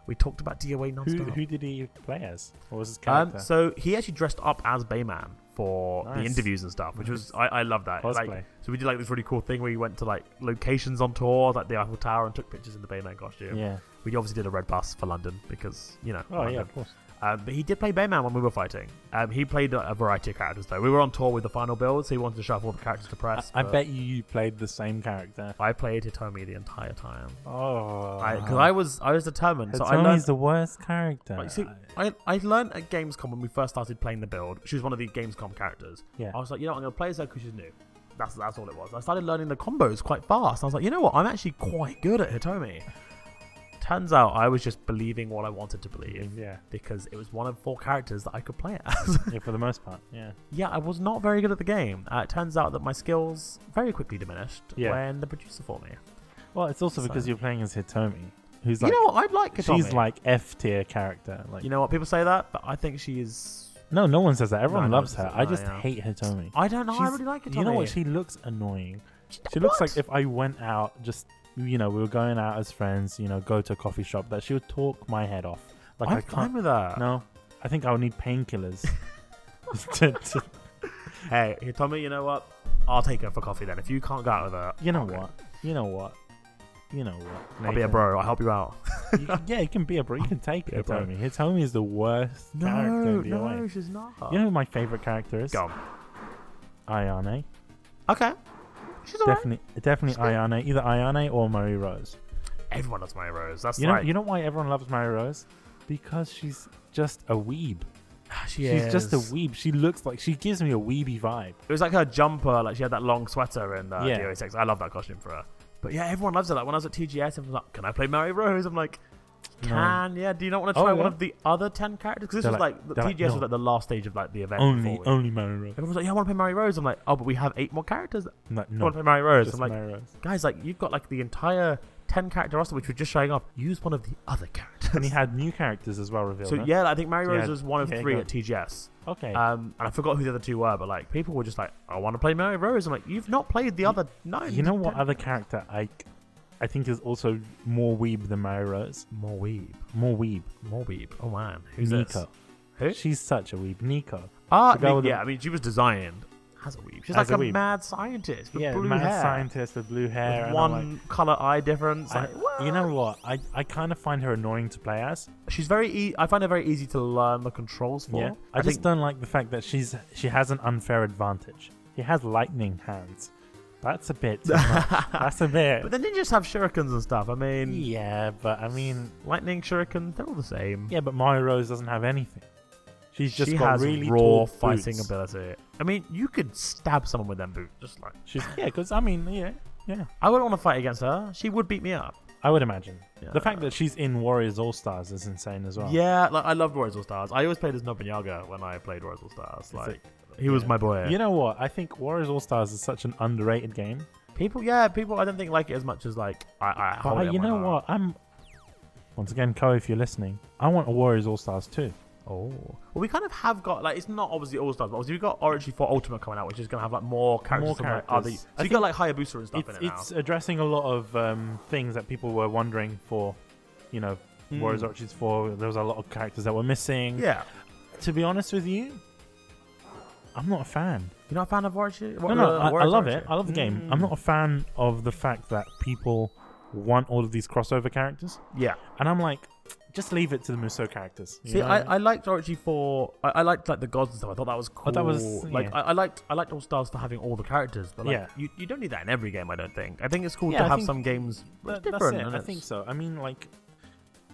We talked about DOA Who nonstop. who did he play as? What was his character? um, so he actually dressed up as Bayman for the Nice. interviews and stuff, which was Nice. I, I love that. Like, Cosplay. so we did like this really cool thing where we went to like locations on tour, like the Eiffel Tower, and took pictures in the Bayman costume. yeah. We obviously did a red bus for London because you know Oh yeah, London. of course. Um, but he did play Bayman when we were fighting. Um, he played a, a variety of characters though. We were on tour with the final build, so he wanted to shuffle the characters to I, press. I but bet you you played the same character. I played Hitomi the entire time Oh, because I, was I was determined. so I learned. Hitomi's the worst character. Right, see, I, I learned at Gamescom when we first started playing the build. She was one of the Gamescom characters. Yeah. I was like, you know, what, I'm gonna play as her because she's new. That's that's all it was. I started learning the combos quite fast. I was like, you know what, I'm actually quite good at Hitomi. Turns out I was just believing what I wanted to believe yeah, because it was one of four characters that I could play as. *laughs* yeah, for the most part, yeah. yeah, I was not very good at the game. Uh, it turns out that my skills very quickly diminished Yeah. when the producer fought me. Well, it's also So- because you're playing as Hitomi, who's like you know what? I'd like Katami. she's like F tier character. Like you know what? People say that, but I think she is. no, no one says that. Everyone no one loves her. says I that, just yeah. hate Hitomi. I don't know. I She's- really like Katami. You know what? She looks annoying. She, She looks what? like if I went out, just you know, we were going out as friends, you know, go to a coffee shop, that she would talk my head off. Like I'm I fine can't. with that. No, I think I would need *laughs* painkillers. *laughs* to, to, Hey, Hitomi, you know what? I'll take her for coffee then. If you can't go out with her, you know Okay. what? You know what? You know what? I'll be a Nathan? bro. I'll help *laughs* you out. You can- yeah, you can be a bro. You can take Be a bro. Hitomi. Hitomi is the worst character No, in the no, way. she's not. You know who my favorite character is? Go. Ayane. Okay. She's alright. Definitely, definitely Ayane. Either Ayane or Murray Rose. Everyone loves my Rose. That's You know, like you know why everyone loves Murray Rose? Because she's just a weeb. ah, she She's just a is. weeb. She looks like she gives me a weeby vibe. It was like her jumper, like she had that long sweater in uh, Yeah. yeah. 6 I love that costume for her. But yeah, everyone loves it. Like when I was at TGS, everyone was like, "Can I play Mary Rose?" I'm like, No. "Can yeah? Do you not want to Oh, try one yeah. of the other ten characters?" Because this They're was like- like, the they're TGS like, was "No." like the last stage of like the event. Only, before we- only Murray Rose. Everyone was like, "Yeah, I want to play Mary Rose." I'm like, "Oh, but we have eight more characters. that No, I want no to play Mary Rose." just I'm like, Murray Rose. "Guys, like you've got like the entire ten character roster, which we're just showing off. Use one of the other characters." And he had new characters as well revealed. so huh? yeah, I think Mary So, Rose yeah, uh, was one of yeah, three go. at TGS. okay. Um, and I forgot who the other two were, but like people were just like, "I want to play Mary Rose." I'm like, "You've not played the other nine. you know what other character I, I think is also more weeb than Murray Rose? More weeb, More weeb. more weeb. Oh man, who's Nico. this? Who? She's such a weeb. Nico. Ah, The girl Nick- with the- yeah. I mean, she was designed As a weeb. She's As like a a, weeb. mad scientist with yeah, blue mad hair. scientist with blue hair. with and I'm one color eye difference. like, like, I- you know what? what? I, I kind of find her annoying to play as. she's very. E- I find her very easy to learn the controls for. Yeah, I, just don't like the fact that she's she has an unfair advantage. She has lightning hands. That's a bit. too *laughs* much. That's a bit. But the ninjas have shurikens and stuff. I mean, yeah, but I mean, lightning shuriken, they're all the same. yeah, but Mario Rose doesn't have anything. She's just she got has really raw tall fighting boots. ability. I mean, you could stab someone with them boots. Just like She's yeah, because I mean, yeah, yeah. I wouldn't want to fight against her. She would beat me up. I would imagine Yeah. the fact that she's in Warriors All Stars is insane as well. Yeah, like I loved Warriors All Stars. I always played as Nobunaga when I played Warriors All Stars. Like he was yeah. my boy. You know what? I think Warriors All Stars is such an underrated game. people, yeah, people. I don't think like it as much as like I. I But hold it I- in you my know heart. what? I'm once again, Ko, if you're listening, I want a Warriors All Stars too. Oh. Well, we kind of have got like it's not obviously all stars, but obviously we've got Orangey for Ultimate coming out, which is gonna have like more characters. More from, like, characters. other- I so you got like Hayabusa and stuff it's, in it it's addressing a lot of um, things that people were wondering for. You know, now. Warriors Orchids 4, there was a lot of characters that were missing. Hmm. Yeah. To be honest with you, I'm not a fan. You're not a fan of uh, Orangey? No, no, I, I love it. I love the game. Hmm. I'm not a fan of the fact that people want all of these crossover characters. Yeah. And I'm like, just leave it to the Musou characters. you See, know? I, I liked Orangey for I, I liked like the gods and stuff. I thought that was cool. that was- like yeah. I, I liked I liked All Stars for having all the characters, but like, Yeah. you, you don't need that in every game. I don't think. I think it's cool Yeah, I to have think some games That- different. that's it. and I it's- think so. I mean, like,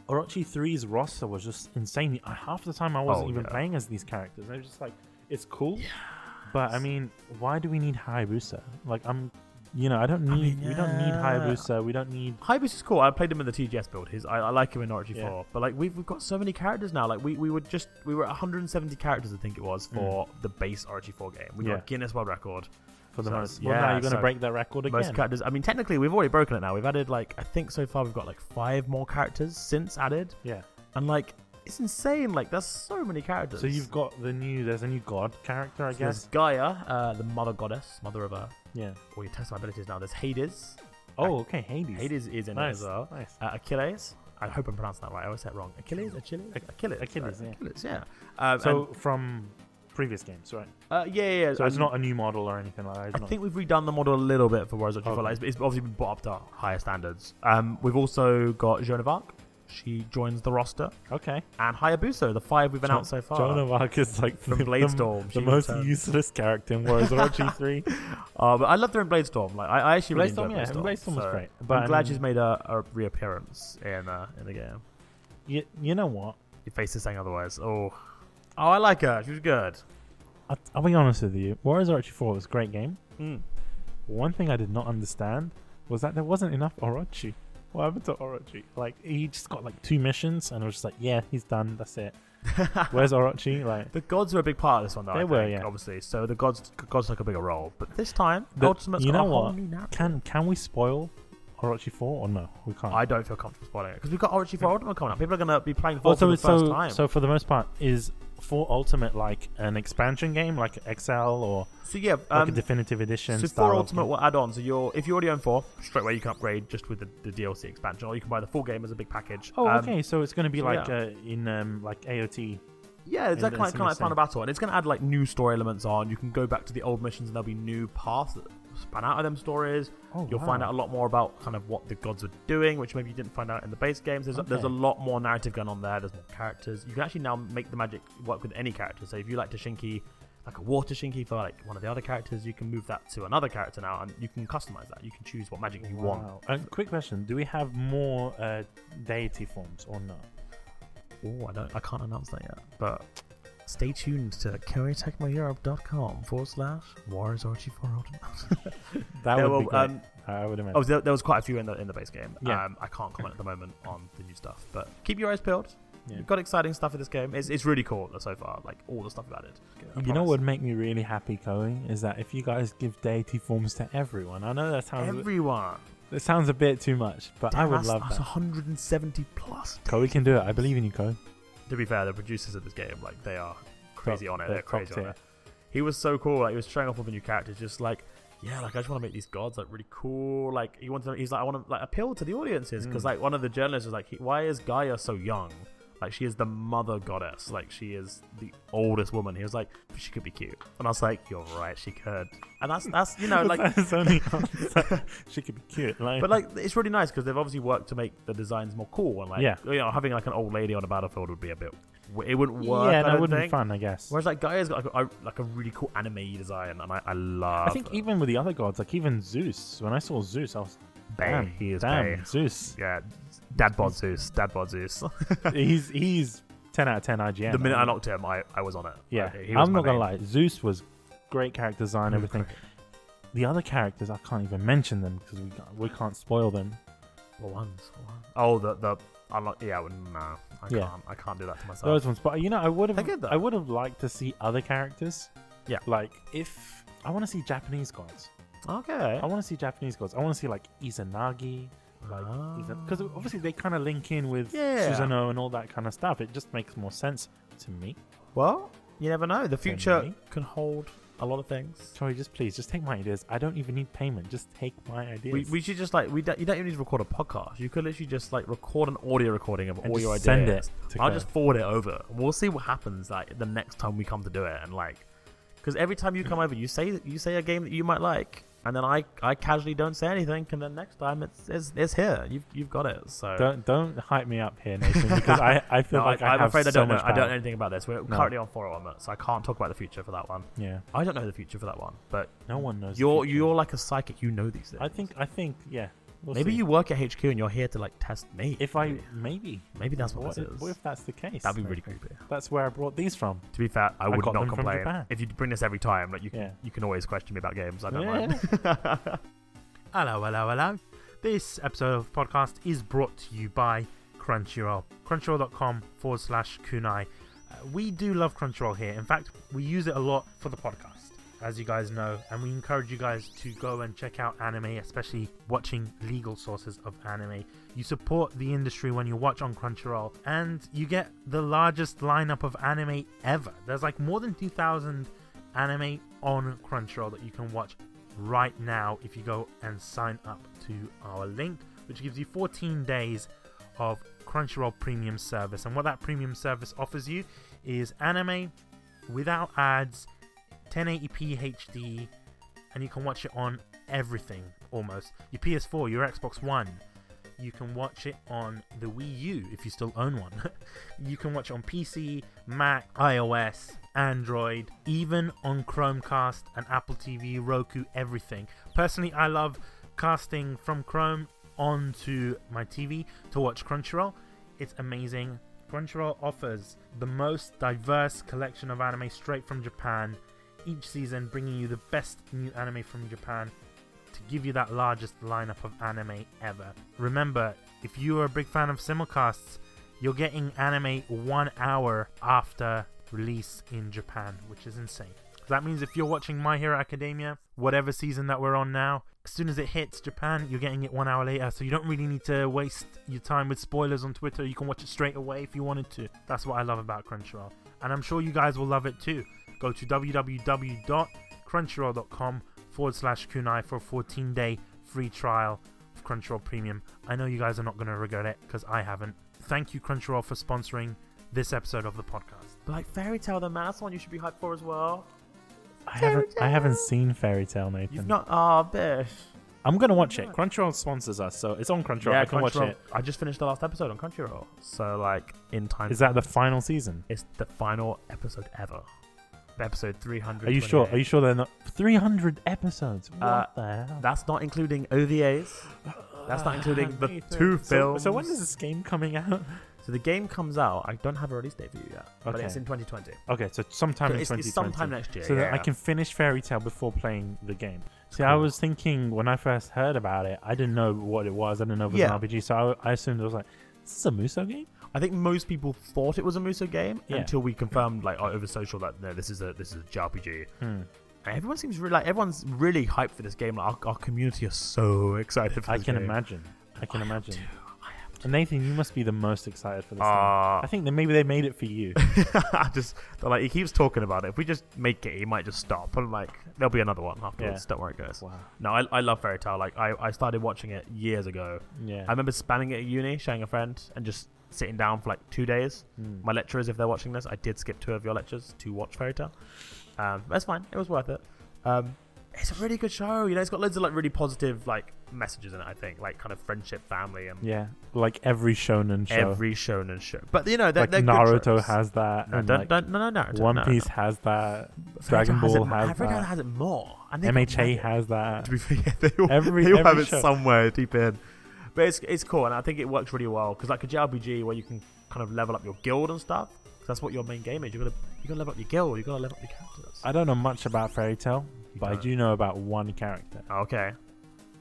Orochi 3's roster was just insane. I- Half the time I wasn't Oh, even yeah. playing as these characters. I was just like, it's cool. But I mean, why do we need Hayabusa? Like, I'm, you know, I don't need, I mean, we don't need yeah. Hayabusa. We don't need. Hybus is cool. I played him in the TGS build. His, I, I like him in Orangey Yeah. 4. But like we've, we've got so many characters now. Like we, we were just we were 170 characters I think it was for the base Orangey 4 game. We Mm. got Yeah. a Guinness World Record For the So, most, well, now yeah, you're gonna so break that record again. most characters. I mean technically we've already broken it now. We've added like I think so far we've got like five more characters since added. yeah. And like it's insane. Like there's so many characters. So you've got the new. There's a new god character, I So there's guess. Gaia, uh, the mother goddess, mother of Earth. Yeah. Or you test my abilities now. There's Hades. Oh, okay. Hades. Hades is in it Nice. as well. Nice. Uh, Achilles. I hope I'm pronouncing that right. I always say it wrong. Achilles, Achilles, Achilles, Achilles, yeah. Achilles, yeah. Um, So from previous games, right? and, uh, yeah, yeah, yeah. So it's and not a new model or anything like that. I It's not- think we've redone the model a little bit for Warriors. Okay. Okay. Like, it's, it's obviously been brought up to higher standards. Um, we've also got Joan of Arc. She joins the roster, okay. and Hayabusa, the five we've announced so far. Joan of Arc is like From the, Bladestorm, the, she most returns. useless character in Warriors *laughs* Orochi 3. Uh, but I loved her in Bladestorm. Like I, I actually really Bladestorm, enjoyed yeah, Bladestorm. Bladestorm was so great, but, I'm glad um, she's made a, a reappearance in uh, in the game. You, you know what? Your face is saying otherwise. Oh, oh, I like her. She was good. I'll, I'll be honest with you. Warriors Orochi 4 was a great game. Mm. One thing I did not understand was that there wasn't enough Orochi. What happened to Orochi? Like, he just got like two missions and I was just like, yeah, he's done. That's *laughs* it. Where's Orochi? Like, The gods were a big part of this one, though. They I were, think, yeah. Obviously, so the gods gods took a bigger role, but this time, The- Ultimate's you got know a whole what? new narrative. can can we spoil Orochi 4 or no? We can't. I don't feel comfortable spoiling it because we've got Orangey for Ultimate coming up. People are gonna be playing for also, the it's first so, time. so, for the most part, is 4 Ultimate like an expansion game, like XL or So, yeah, like a um, definitive edition? so style four of Ultimate game? will add on. So you're if you already own four, straight away you can upgrade just with the, the DLC expansion, or you can buy the full game as a big package. Oh, Um, okay. So it's going to be so like yeah. uh, in um, like AOT. Yeah, And that's exactly like kind of like amazing. Final Battle, and it's going to add like new story elements on. You can go back to the old missions, and there'll be new paths that span out of them stories. Oh, You'll find out a lot more about kind of what the gods were doing, which maybe you didn't find out in the base games. There's a, there's a Okay. lot more narrative going on there. There's more characters. You can actually now make the magic work with any character. So if you like Tashinki, like a water Shinki for like one of the other characters, you can move that to another character now, and you can customize that. You can choose what magic you want. Wow. And quick question: Do we have more uh, deity forms or not? Oh, I don't, I can't announce that yet, but. Stay tuned to KoreTecmoEurope.com forward slash Warriors Orgy for Ultimate. That There would were, be great. um, I would imagine. Oh, there, there was quite a few in the in the base game. Yeah. Um, I can't comment at the moment on the new stuff, but keep your eyes peeled. Yeah. You've got exciting stuff in this game. It's, it's really cool so far. Like all the stuff about it. you know what would make me really happy, Coey, is that if you guys give deity forms to everyone. I know that sounds Everyone. it sounds a bit too much, but I would love that's that. 170 plus. Coey can do it. I believe in you, Coey. To be fair, the producers of this game, like they are crazy Top- on it. they're They're crazy top on tier. it. He was so cool. Like he was showing off all the new characters. Just like, yeah, like I just want to make these gods like really cool. Like he wants to. He's like, I want to like appeal to the audiences because Mm. like one of the journalists was like, he, why is Gaia so young? Like she is the mother goddess. Like she is the oldest woman. He was like, she could be cute, and I was like, you're right, she could. And that's that's you know *laughs* *laughs* *laughs* like That's only answer. she could be cute. Like, But like, it's really nice because they've obviously worked to make the designs more cool and like, Yeah. you know, having like an old lady on a battlefield would be a bit, it wouldn't work. yeah, I that don't would be think. fun, I guess. Whereas like Gaia's got like a, like a really cool anime design, and I, I love. I think even with the other gods, like even Zeus. When I saw Zeus, I was Bay, damn, he is damn Bay. *laughs* Zeus. Yeah, Dad Bod Zeus, Dad Bod Zeus. *laughs* he's he's ten out of ten IGN. the minute I I know. knocked him, I, I was on it. yeah, He was I'm my not gonna main. lie. Zeus was great character design, Mm, everything. The other characters, I can't even mention them because we can't, we can't spoil them. What ones? What ones? Oh, the the I'm not, yeah, well, no, I Yeah. can't, I can't do that to myself. Those ones, but you know, I would I have, get that. I would have liked to see other characters. Yeah. like if I want to see Japanese gods, okay, I want to see Japanese gods. I want to see like Izanagi, like because Ah. obviously they kind of link in with Yeah. Susanoo and all that kind of stuff. It just makes more sense to me. Well, you never know. The future maybe. can hold a lot of things. Sorry, just please, just take my ideas. I don't even need payment. Just take my ideas. We, we should just like we don't, you don't even need to record a podcast. You could literally just like record an audio recording of And all just your ideas. send it to I'll Kev. just forward it over. We'll see what happens like the next time we come to do it and like because every time you come over, you say you say a game that you might like, and then I I casually don't say anything, and then next time it's it's, it's here. You've you've got it. So don't don't hype me up here, Nathan, because I, I feel *laughs* No, like I, I'm have afraid I so don't know. much I don't know power. anything about this. We're No. currently on four at the moment, so I can't talk about the future for that one. Yeah, I don't know the future for that one, but no one knows. the you're future. you're like a psychic. You know these things. I think I think yeah. We'll maybe see. you work at HQ and you're here to like test me. If I maybe maybe that's what, this if- is. What if that's the case? That'd be really Nathan? creepy. That's where I brought these from. To be fair, I would got not them from complain. Japan. If you bring this every time, like you can, Yeah. you can always question me about games. I don't Yeah. mind. *laughs* Hello, hello, hello. This episode of the podcast is brought to you by Crunchyroll. Crunchyroll.com forward slash kunai. Uh, we do love Crunchyroll here. In fact, we use it a lot for the podcast, as you guys know, and we encourage you guys to go and check out anime, especially watching legal sources of anime. You support the industry when you watch on Crunchyroll, and you get the largest lineup of anime ever. There's like more than 2,000 anime on Crunchyroll that you can watch right now if you go and sign up to our link, which gives you 14 days of Crunchyroll Premium Service. And what that premium service offers you is anime without ads, 1080p HD, and you can watch it on everything almost. Your PS4, your Xbox One. You can watch it on the Wii U if you still own one. *laughs* you can watch it on PC, Mac, iOS, Android, even on Chromecast and Apple TV, Roku, everything. Personally, I love casting from Chrome onto my TV to watch Crunchyroll. It's amazing. Crunchyroll offers the most diverse collection of anime straight from Japan, each season bringing you the best new anime from Japan to give you that largest lineup of anime ever. Remember, if you are a big fan of simulcasts, you're getting anime one hour after release in Japan, which is insane. So that means if you're watching My Hero Academia, whatever season that we're on now, as soon as it hits Japan, you're getting it one hour later. So you don't really need to waste your time with spoilers on Twitter. You can watch it straight away if you wanted to. That's what I love about Crunchyroll. And I'm sure you guys will love it too. Go to www.crunchyroll.com forward slash kunai for a 14 day free trial of Crunchyroll Premium. I know you guys are not going to regret it because I haven't. Thank you, Crunchyroll, for sponsoring this episode of the podcast. but like Fairy Tale, the man, that's one you should be hyped for as well. I haven't I haven't Fairytale. seen Fairy Tale, Nathan. You've not. Oh, bitch. I'm gonna watch it. Yeah. Crunchyroll sponsors us, so it's on Crunchyroll. I can watch Crunchyroll- it. I just finished the last episode on Crunchyroll, so like in time. Is that the final season? It's the final episode ever. Episode three hundred. Are you sure? Are you sure they're not 300 episodes? What Uh, the hell? That's not including OVAs. that's not including the Nathan. two So- So, when films. is this game coming out? So the game comes out. I don't have a release date for you yet, but Okay. it's in 2020. Okay, so sometime So in it's, 2020. it's sometime next year. so yeah. that I can finish Fairy Tale before playing the game. See, I Cool. was thinking when I first heard about it, I didn't know what it was. I didn't know if it was Yeah. an RPG, so I, I assumed it was like, "Is this a Muso game?" I think most people thought it was a Muso game Yeah. until we confirmed, like over social, that no, this is a this is a JRPG. Hmm. And everyone seems really like everyone's really hyped for this game. Like our, our community are so *laughs* excited for I this can game. imagine. I can I am imagine. too. I am too. And Nathan, you must be the most excited for this. game. Ah. *laughs* I think that maybe they made it for you. I just they're like he keeps talking about it. If we just make it, he might just stop. And like there'll be another one afterwards. Yeah. Don't worry, guys. wow. No, I, I love Fairy Tale. Like I, I started watching it years ago. Yeah. I remember spamming it at uni, showing a friend, and just sitting down for like two days. Mm. My lecturers, if they're watching this, I did skip two of your lectures to watch Fairy Tale. Um, that's fine. It was worth it. Um, it's a really good show. You know, it's got loads of like really positive like messages in it. I think like kind of friendship, family, and Yeah, like every shonen show. every shonen show. But you know, they're, like they're good Naruto tropes. has that. No, and don't, like don't, no, no, Naruto, One no, Piece no. has that. Fairy Tale Dragon has it Ball mo- has Fairy Tale that. has it more. And they've got MHA magic. has that. To be fair, *laughs* yeah, they all, Every- they all have every it show. somewhere deep in. But it's, it's cool, and I think it works really well because like a JRPG where you can kind of level up your guild and stuff. 'cause that's what your main game is. You're gonna you gotta level up your guild. You gotta level up your characters. I don't know much about Fairy Tale, You but I don't. do know about one character. okay.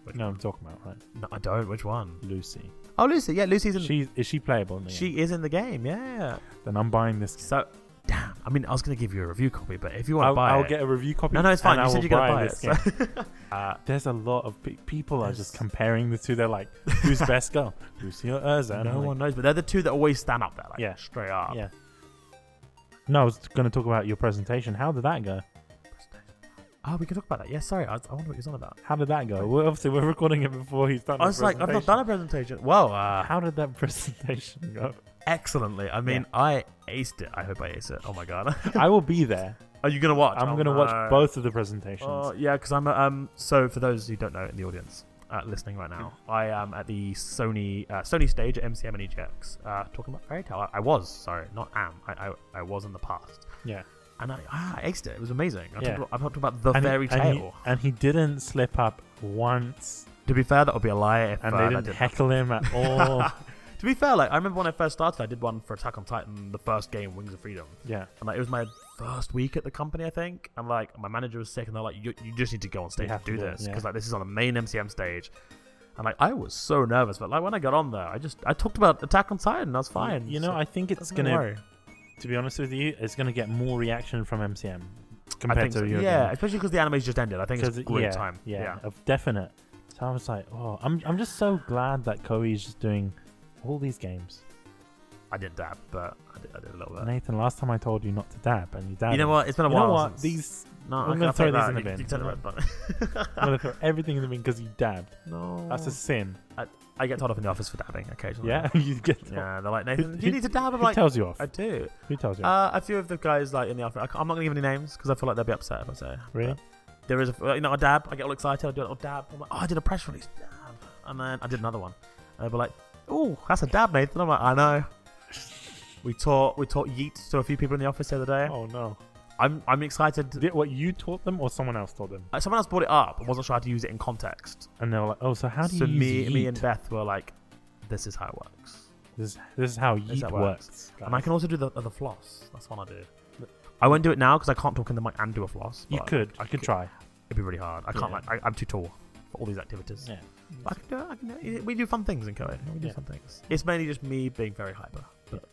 You know what I'm talking about, right? No, I don't. Which one? Lucy. Oh, Lucy. Yeah, Lucy's in. She, She is she playable? In the game? is in the game. Yeah. Then I'm buying this. So damn. I mean, I was gonna give you a review copy, but if you want to I'll, buy I'll it, get a review copy. no, no, it's fine. and You I said will you're gonna buy, this it. game. so- *laughs* Uh, there's a lot of pe- people are just There's- comparing the two. They're like, who's best *laughs* girl? Lucy or Urza? And no I'm like, one knows, but they're the two that always stand up there, like Yeah. straight up. Yeah. No, I was going to talk about your presentation. How did that go? Oh, we can talk about that. Yeah, sorry, I, I wonder what he's on about. How did that go? Well, obviously, we're recording it before he's done. I the was like, I've not presentation. done a presentation. Well, uh, How did that *laughs* presentation *laughs* go? excellently. I mean, I aced it. I hope I aced it. Oh my *laughs* god. *laughs* I will be there. Are you gonna watch? I'm Oh, going to no. watch both of the presentations. Oh yeah, because I'm uh, um. So for those who don't know in the audience, uh, listening right now, Mm. I am at the Sony uh, Sony stage at MCM and EGX, uh, talking about Fairy Tale. I, I was sorry, not am. I, I I was in the past, yeah. and I ah, I aced it. It was amazing. I Yeah. talked about, I talked about the And- Fairy and Tale. he- and he didn't slip up once, to be fair, that would be a lie if and uh, they that didn't didn't heckle *laughs* him at all. To be fair, like I remember when I first started, I did one for Attack on Titan, the first game, Wings of Freedom, yeah. and like it was my first week at the company, I think. And like my manager was sick, and they're like, "You, you just need to go on stage have and to do do it, this yeah. because like this is on the main MCM stage." And like I was so nervous, but like when I got on there, I just I talked about Attack on Titan. That's fine. You know, So I think that's it's no going to, worry. to be honest with you, it's going to get more reaction from MCM I compared think so. to your yeah, especially because the anime's just ended. I think it's Because- great yeah, time. Yeah, of definite. So I was like, oh, I'm I'm just so glad that Koei's just doing all these games. I didn't dab, but I did, I did a little bit. Nathan, last time I told you not to dab, and you dabbed. you know what? It's been a You while. know what? since- *laughs* These No, I'm I gonna can't throw take these that. in the You- bin. You can take the red I'm button. gonna throw everything in the bin because you dabbed. *laughs* no, That's a sin. I get told off in the office for dabbing occasionally. Yeah, *laughs* you get. Yeah. Yeah, they're like, Nathan, do who- you need to dab? I'm Who like, tells you off? I do. Who tells you? off? Uh, a few of the guys like in the office. I can't- I'm not gonna give any names because I feel like they'll be upset if I say. Really? But There is a like, you know a dab. I get all excited. I do a little dab. I'm like, oh, I did a press release dab, and then I did another one. And they were like, oh, that's a dab, Nathan. I'm like, I know. We taught we taught yeet to a few people in the office the other day. Oh no! I'm I'm excited. to- Did, what you taught them or someone else taught them? uh, Someone else brought it up. I wasn't sure how to use it in context. And they were like, "Oh, so how do so you me use me yeet? and Beth were like, this is how it works. this, this is how This is yeet how it works. And I guys. can also do the the floss. That's one I do. I won't do it now because I can't talk in the mic and do a floss. You but could, I you could try. It'd be really hard. I can't. Yeah. Like, I, I'm too tall for all these activities. Yeah. But I can do it. I can do it. We do fun things in Koei. We do Yeah. fun things. It's mainly just me being very hyper. But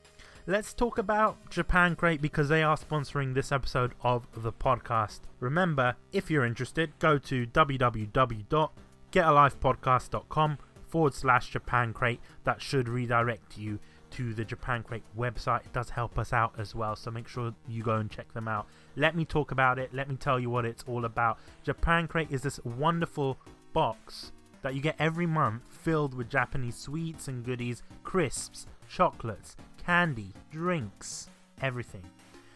let's talk about. Japan Crate because they are sponsoring this episode of the podcast. Remember, if you're interested, go to www.getalifepodcast.com forward slash Japan Crate. That should redirect you to the Japan Crate website. It does help us out as well, so make sure you go and check them out. Let me talk about it. Let me tell you what it's all about. Japan Crate is this wonderful box that you get every month filled with Japanese sweets and goodies, crisps, chocolates, candy, drinks, everything.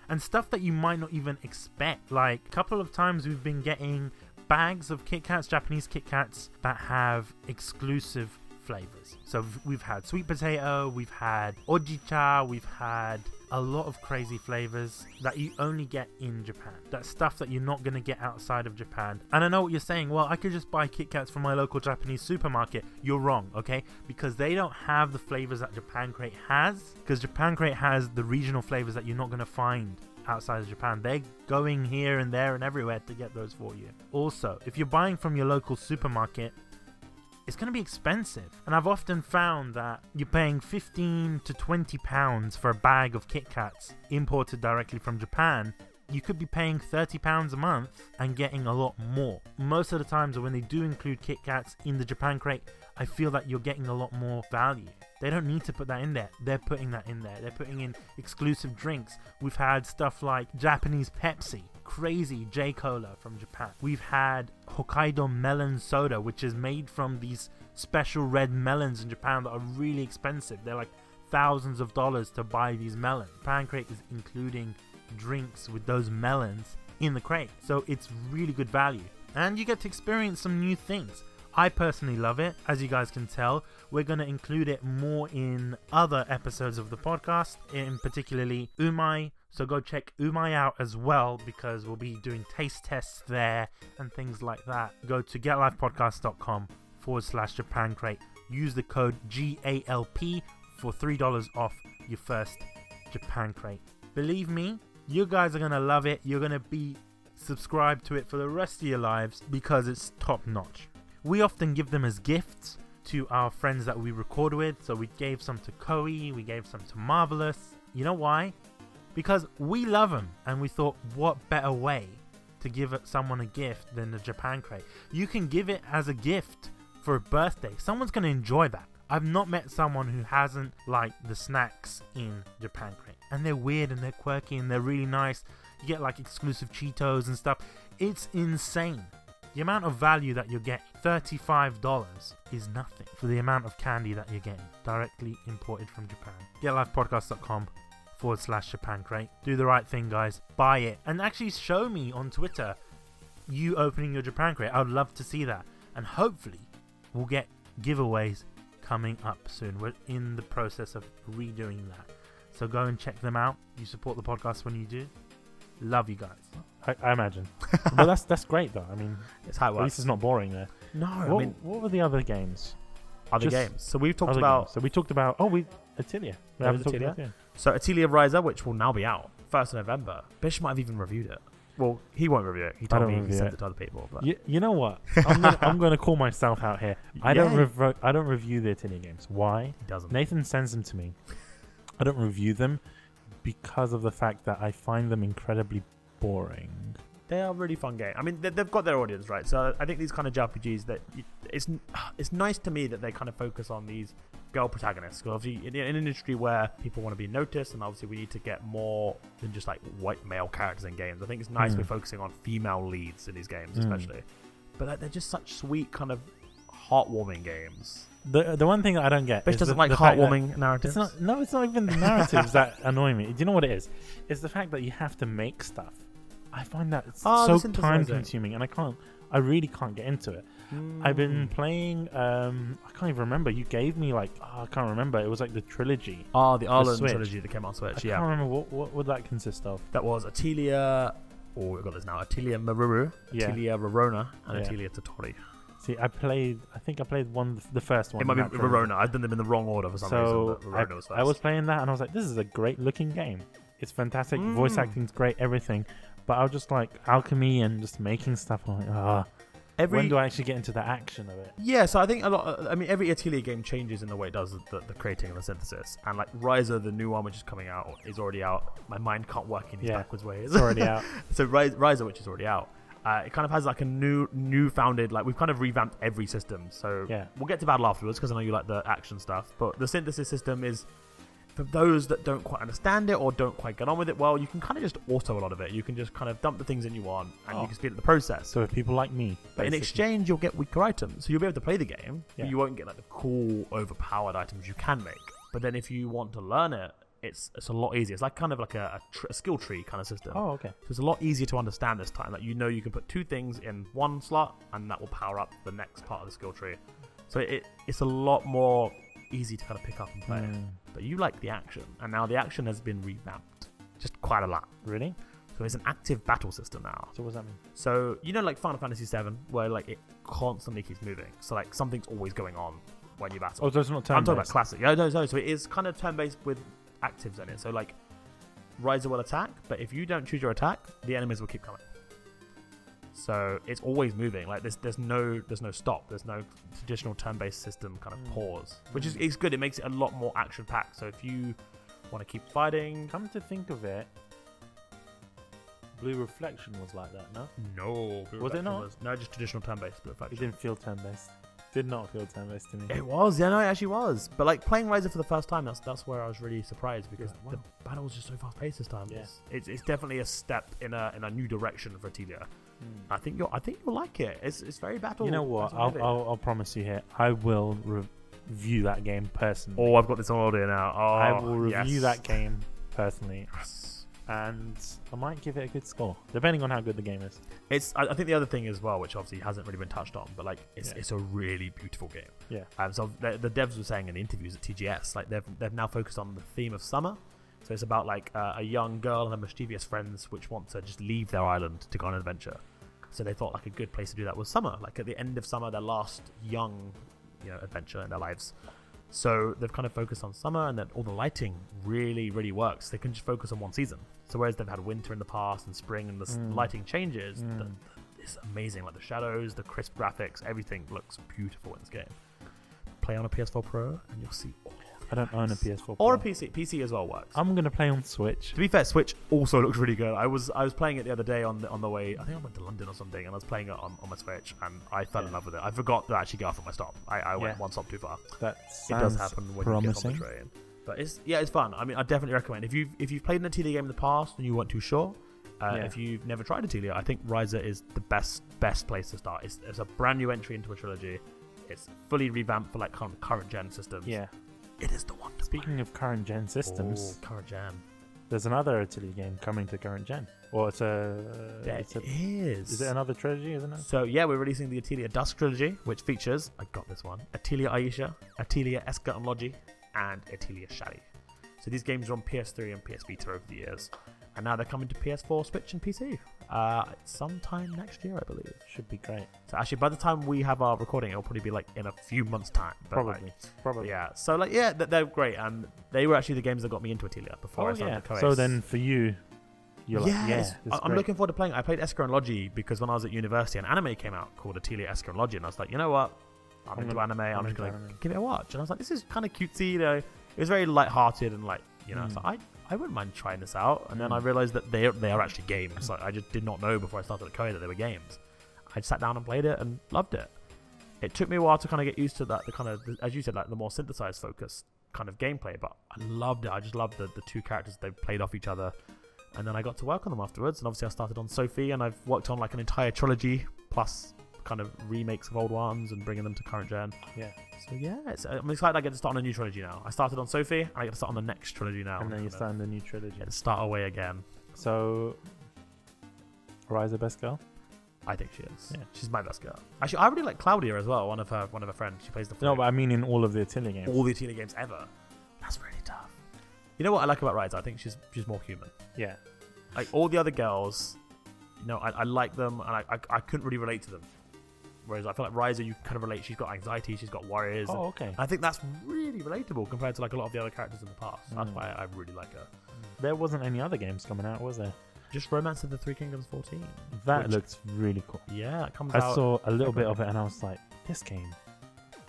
And stuff that you might not even expect. Like, a couple of times we've been getting bags of Kit Kats, Japanese Kit Kats, that have exclusive flavors. So v- we've had sweet potato, we've had ojicha, we've had a lot of crazy flavors that you only get in Japan. That's stuff that you're not going to get outside of Japan. And I know what you're saying, well, I could just buy Kit Kats from my local Japanese supermarket. You're wrong, okay? Because they don't have the flavors that Japan Crate has, because Japan Crate has the regional flavors that you're not going to find outside of Japan. They're going here and there and everywhere to get those for you. Also, if you're buying from your local supermarket, it's going to be expensive. And I've often found that you're paying 15 to 20 pounds for a bag of Kit Kats imported directly from Japan. You could be paying 30 pounds a month and getting a lot more. Most of the times when they do include Kit Kats in the Japan crate, I feel that you're getting a lot more value. They don't need to put that in there. They're putting that in there. They're putting in exclusive drinks. We've had stuff like Japanese Pepsi, crazy J Cola from Japan. We've had Hokkaido melon soda, which is made from these special red melons in Japan that are really expensive. They're like thousands of dollars to buy these melons. Pancake is including drinks with those melons in the crate, so it's really good value. And you get to experience some new things. I personally love it. As you guys can tell, we're going to include it more in other episodes of the podcast, in particularly Umai. So go check Umai out as well because we'll be doing taste tests there and things like that. Go to getlifepodcast.com forward slash Japan Crate. Use the code GALP for $3 off your first Japan Crate. Believe me, you guys are going to love it. You're going to be subscribed to it for the rest of your lives because it's top notch. We often give them as gifts to our friends that we record with. So we gave some to Koei, we gave some to Marvelous. You know why? Because we love them and we thought, what better way to give it- someone a gift than the Japan crate? You can give it as a gift for a birthday. Someone's going to enjoy that. I've not met someone who hasn't liked the snacks in Japan crate. And they're weird and they're quirky and they're really nice. You get like exclusive Cheetos and stuff. It's insane. The amount of value that you're getting, $35, is nothing for the amount of candy that you're getting directly imported from Japan. GetLifePodcast.com forward slash Japan crate. Do the right thing, guys. Buy it. And actually show me on Twitter you opening your Japan crate. I'd love to see that. And hopefully, we'll get giveaways coming up soon. We're in the process of redoing that. So go and check them out. You support the podcast when you do. Love you guys. I, *laughs* I imagine. but that's that's great though. I mean, It's how it at least works. it's not boring there. No, what, I mean what were the other games? other just- games. So we've talked Other about games. So we talked about. Oh, we Attilia. We That was haven't talked Attilia? about it. So Atelier Riser, which will now be out first of November. Bish might have even reviewed it. Well, he won't review it. He told don't me he review sent it. it to other people. But You, you know what? I'm gonna, I'm gonna call myself out here. I don't Yeah. revo- I don't review the Attilia games. Why? he doesn't. Nathan sends them to me. I don't review them because of the fact that I find them incredibly boring. They are really fun game. I mean, they, they've got their audience right. So I think these kind of JRPGs that you- it's it's nice to me that they kind of focus on these girl protagonists. 'Cause obviously, in, in an industry where people want to be noticed, and obviously we need to get more than just like white male characters in games. I think it's nice Hmm. we're focusing on female leads in these games, Hmm. especially. But like, they're just such sweet, kind of heartwarming games. The the one thing that I don't get Bish is doesn't the, like the fact that- heartwarming narratives. It's not. No, it's not even the narratives that *laughs* annoy me. Do you know what it is? It's the fact that you have to make stuff. I find that it's Oh, the so synthesizing. time-consuming, and I can't. I really can't get into it. I've been Mm. playing. Um, I can't even remember. You gave me like oh, I can't remember. It was like the trilogy. Ah, the Arlen Switch. trilogy that came on Switch. I yeah, can't remember what what would that consist of. that was Atelia. Oh, we've got this now. Atelia Maruru, Yeah. Atelia Rorona, and Yeah. Atelia Tatori. See, I played. I think I played one the first one. It might be in that trilogy. Rorona. I've done them in the wrong order for some So reason. But I, Rorona was first. I was playing that and I was like, this is a great looking game. It's fantastic. Voice Mm. acting's great. Everything. But I was just like alchemy and just making stuff. I'm like, ah, every when do I actually get into the action of it? yeah. So I think a lot. uh, I mean, every Atelia game changes in the way it does the, the creating and the synthesis. And like Riser, the new one which is coming out, is already out. My mind can't work in these Yeah. backwards ways. It's *laughs* already out. so Ri- Riser, which is already out, uh, it kind of has like a new, new founded, like we've kind of revamped every system. So Yeah. we'll get to battle afterwards because I know you like the action stuff. But the synthesis system is for those that don't quite understand it or don't quite get on with it well, you can kind of just auto a lot of it. You can just kind of dump the things in you want and Oh. you can speed up the process. So if people like me, but in basically- exchange, you'll get weaker items. So you'll be able to play the game, Yeah. but you won't get like the cool, overpowered items you can make. But then if you want to learn it, it's, it's a lot easier. It's like kind of like a, a, tr- a skill tree kind of system. oh okay, So it's a lot easier to understand this time. Like you know, you can put two things in one slot, and that will power up the next part of the skill tree. So it it's a lot more easy to kind of pick up and play. Mm. But you like the action, and now the action has been revamped, just quite a lot. really? So it's an active battle system now. So what does that mean? So you know, like Final Fantasy VII, where like it constantly keeps moving. So like something's always going on when you battle. Oh, so it's not turn. I'm talking about classic. Yeah, no, no. So it is kind of turn-based with actives in it. So like, Riser will attack, but if you don't choose your attack, the enemies will keep coming. So it's always moving. Like there's there's no there's no stop. There's no traditional turn-based system kind of Mm. pause, which is Mm. it's good. It makes it a lot more action-packed. So if you want to keep fighting, Come to think of it, Blue Reflection was like that. No, no, Was it not? no, just traditional turn-based. Blue it Reflection. didn't feel turn based. Did not feel turn based to me. It was, yeah, no, it actually was. But like playing Riser for the first time, that's that's where I was really surprised because Yeah, wow. the battle was just so fast paced this time. Yeah. It's, it's it's definitely a step in a in a new direction for Tilia. Mm. I think you'll I think you'll like it. It's it's very battle. You know what? battle I'll, heavy. I'll, I'll promise you here. I will re- view that game personally. Oh, I've got this on order now. Oh, I will review yes. that game personally, Yes. and I might give it a good score, depending on how good the game is. It's. I I think the other thing as well, which obviously hasn't really been touched on, but like it's, Yeah. it's a really beautiful game. Yeah. Um, so the, the devs were saying in the interviews at TGS, like they've they've now focused on the theme of summer. So it's about like uh, a young girl and her mischievous friends, which want to just leave their island to go on an adventure. So they thought like a good place to do that was summer, like at the end of summer, their last young, you know, adventure in their lives. So they've kind of focused on summer, and then all the lighting really, really works. They can just focus on one season. So whereas they've had winter in the past and spring, and the s Mm. lighting changes, the- Mm. it's amazing. Like the shadows, the crisp graphics, everything looks beautiful in this game. Play on a PS4 Pro, and you'll see. All the I don't own a effects. PS4 Or a Pro. PC. PC as well works. I'm gonna play on Switch. To be fair, Switch also looks really good. I was I was playing it the other day on the on the way. I think I went to London or something, and I was playing it on, on my Switch, and I fell in Yeah. love with it. I forgot to actually get off at my stop. I, I went Yeah. one stop too far. That It sounds does happen when promising. you get on the train. But it's yeah, it's fun. I mean, I definitely recommend if you have if you've played an Atelier game in the past and you weren't too sure. Uh, Yeah. If you've never tried Atelier, I think Riser is the best best place to start. It's, it's a brand new entry into a trilogy. It's fully revamped for like current, current gen systems. Yeah. it is the one. To play. Speaking of current gen systems, Ooh, current gen. there's another Atelier game coming to current gen. Or it's a. There it's a is. is it another trilogy? Isn't it? So yeah, we're releasing the Atelier Dusk trilogy, which features I got this one: Atelier Aisha, Atelier Eska and Logi, and Atelier Shadi. So these games are on PS3 and PS Vita over the years, and now they're coming to PS4, Switch, and PC. Uh, sometime next year, I believe. Should be great. So actually, by the time we have our recording, it'll probably be like in a few months' time. But, like, Probably. Probably. yeah. So like, yeah, th- they're great, and they were actually the games that got me into Atelier before Oh, I started yeah. Koei. So then for you, you're like, yeah. Yes. this is I- I'm great. looking forward to playing. it. I played Esker and Logi because when I was at university, an anime came out called Atelier Esker and Logi, and I was like, you know what? I'm, I'm into gonna- anime. I'm, I'm just into gonna anime. give it a watch. And I was like, this is kind of cutesy. You know, it was very light-hearted and like, you know, so Mm. I I wouldn't mind trying this out. And then Mm. I realized that they are- they are actually games. Like I just did not know before I started at Koei that they were games. I sat down and played it and loved it. It took me a while to kind of get used to that, the kind of, as you said, like the more synthesized focus kind of gameplay, but I loved it. I just loved the, the two characters they played off each other. And then I got to work on them afterwards. And obviously, I started on Sophie, and I've worked on like an entire trilogy plus kind of remakes of old ones and bringing them to current gen. Yeah. So, yeah, it's, I'm excited I get to start on a new trilogy now. I started on Sophie, and I get to start on the next trilogy now. And then you Kind of start in the new trilogy. get to start away again. So, Rise of Best Girl? I think she is. Yeah. She's my best girl. Actually, I really like Claudia as well. One of her, one of her friends. She plays the No, flute. but I mean in all of the Atelier games. all the Atelier games ever. That's really tough. You know what I like about Ryza? I think she's she's more human. Yeah. Like all the other girls, you know, I, I like them and I, I I couldn't really relate to them. Whereas I feel like Ryza, you kind of relate. She's got anxiety. She's got worries. Oh, okay. I think that's really relatable compared to like a lot of the other characters in the past. That's Mm. why I really like her. There wasn't any other games coming out, was there? Just Romance of the Three Kingdoms 14. That Which- looks really cool. Yeah, it comes I out. saw a little bit of it and I was like, this game,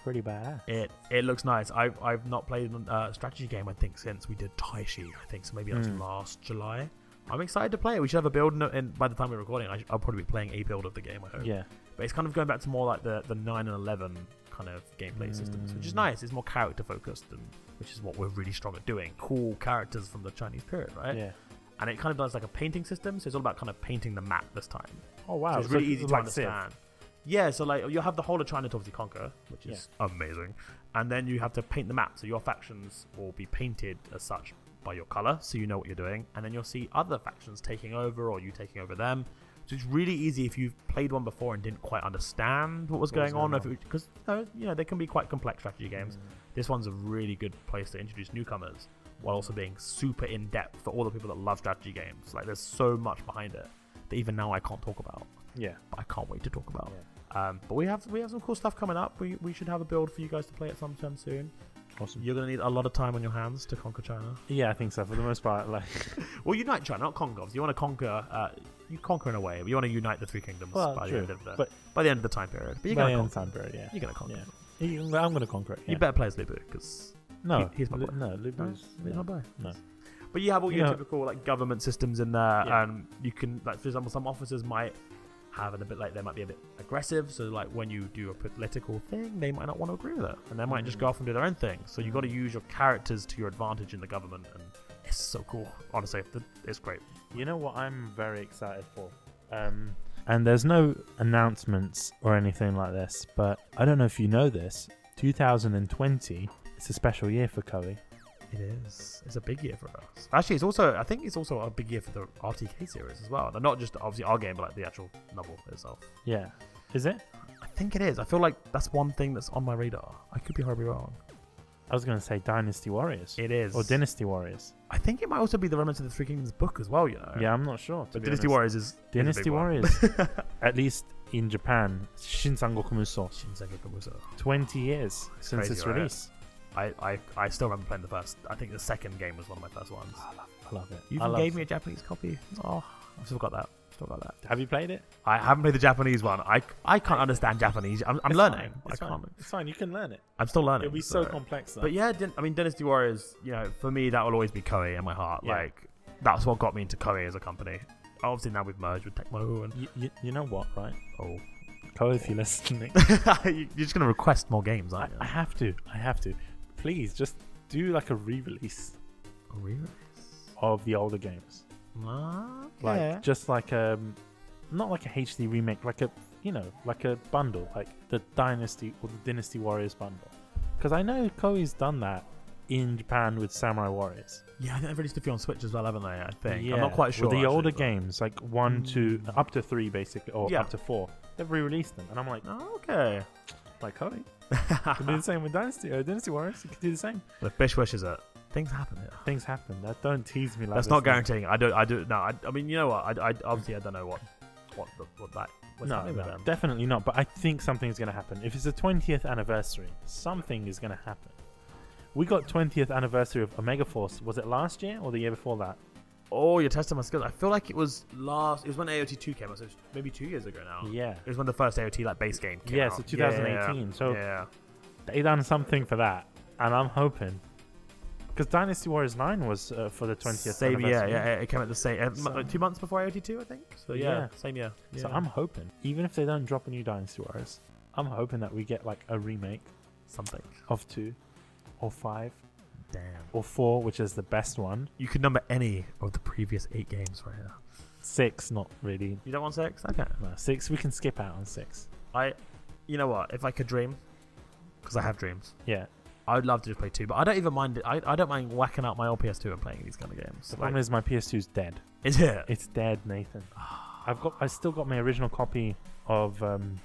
pretty badass. It it looks nice. I've I've not played a uh, strategy game I think since we did Taishi. I think so. Maybe that was Mm. last July. I'm excited to play it. We should have a build, and, and by the time we're recording, I, sh- I'll probably be playing a build of the game. I hope. Yeah. But it's kind of going back to more like the the nine and eleven kind of gameplay systems, which is Mm. nice. It's more character focused, and which is what we're really strong at doing. Cool characters from the Chinese period, right? Yeah. And it kind of does like a painting system. So it's all about kind of painting the map this time. Oh, wow. So it's really like- easy to like Civ. understand. Yeah, so like you'll have the whole of China to obviously conquer, which Yeah. is amazing, and then you have to paint the map. So your factions will be painted as such by your color, so you know what you're doing, and then you'll see other factions taking over or you taking over them. So it's really easy if you've played one before and didn't quite understand what was What was going on, going Mm. because you know they can be quite complex strategy games. This one's a really good place to introduce newcomers while also being super in depth for all the people that love strategy games. Like there's so much behind it that even now I can't talk about. Yeah. but I can't wait to talk about. Um, but we have we have some cool stuff coming up. We, we should have a build for you guys to play at some time soon. Awesome. You're gonna need a lot of time on your hands to conquer China. Yeah, I think so. For the most part, like, Well, unite China, not conquer. obviously. You want to conquer. Uh, you conquer in a way, but you want to unite the three kingdoms well, by the true. end of the but by the end of the time period. But you're by gonna the end conquer. of time period, yeah. You're gonna conquer. Yeah. You- I'm going to conquer it. Yeah. You better play as Lubu because No, He- he's my Lu- boy. No, Lubu's. he's my no. boy. No. But you have all You your know- typical like government systems in there, Yeah. and you can like for example, some officers might have it a bit like they might be a bit aggressive. So like when you do a political thing, they might not want to agree with it, and they might just go off and do their own thing. So you got to use your characters to your advantage in the government, and it's so cool. Honestly, th- it's great. You know what I'm very excited for? Um, and there's no announcements or anything like this, but I don't know if you know this. 2020. It's a special year for Koei. It is. It's a big year for us. Actually, it's also. I think it's also a big year for the RTK series as well. Not just obviously our game, but like the actual novel itself. Yeah, is it? I think it is. I feel like that's one thing that's on my radar. I could be horribly wrong. I was going to say Dynasty Warriors It is. or Dynasty Warriors. I think it might also be the Remnants of the Three Kingdoms book as well. You know. Yeah, I'm not sure. to Uh, But be Dynasty honest. Warriors is is a big Dynasty one. *laughs* Warriors. At least in Japan, Shin Sangoku Musou. Shin Segawa Kamuso. 20 years since crazy, its right? release. I, I I still remember playing the first. I think the second game was one of my first ones. I love, I love it. You I even love- gave me a Japanese copy. Oh, I've still got that. Still got that. Have you played it? I haven't played the Japanese one. I, I can't understand Japanese. I'm, I'm It's learning. fine, I It's, fine. can't. it's fine. You can learn it. I'm still learning. It'll be so so- complex. Though. But yeah, Din- I mean, Dynasty Warriors. You know, for me, that will always be Koei in my heart. Yeah. Like that's what got me into Koei as a company. Obviously, now we've merged with Tecmo and You, you, you know what, right? oh, Cole, if you're listening, *laughs* You- you're just gonna request more games, I, *laughs* aren't you? I have to. I have to. Please, just do like a re-release Oh, really? of the older games. Like yeah. just like um, not like a HD remake, like a you know, like a bundle, like the Dynasty or the Dynasty Warriors bundle. Because I know Koei's done that in Japan with Samurai Warriors. Yeah, I think they've released a few on Switch as well, haven't they? I think. Yeah, I'm not quite with sure. the actually, older but- games, like one, two, Mm. up to three, basically, or Yeah. up to four, they've re-released them, and I'm like, Oh, okay. *laughs* like Koei. You can do the same with Dynasty or Dynasty Warriors. You can do the same. the fish wishes it. Things happen here. Things happen. That don't tease me like That's this, not man. guaranteeing. I don't. I do. No. I, I mean, you know what? I, I obviously I don't know what what the, what that. What's No, happening with no, them. definitely not. But I think something's going to happen. If it's the 20th anniversary, something is going to happen. We got 20th anniversary of Omega Force. Was it last year or the year before that? Oh, you're testing my skills. I feel like it was last. It was when AOT two came out. So it was maybe two years ago now. Yeah, It was when the first AOT like base game came Yeah, out. so 2018, so- yeah, they done something for that, and I'm hoping because Dynasty Warriors 9 was uh, for the 20th same year. Yeah, anniversary. yeah, it came out the same uh, So- m- two months before AOT two, I think. So yeah, Yeah. same year. So Yeah. I'm hoping, even if they don't drop a new Dynasty Warriors, I'm hoping that we get like a remake something. of two, or five, Damn. or four, which is the best one. You could number any of the previous eight games right here. Six, not really. You don't want six? Okay. No, six. We can skip out on six. I, you know what? If I could dream, because I have dreams, Yeah. I would love to just play two. But I don't even mind. it- I, I don't mind whacking out my old PS2 and playing these kind of games. The Like, problem is my PS2's dead. is it? It's dead, Nathan. Ah. I've got. I still got my original copy of um,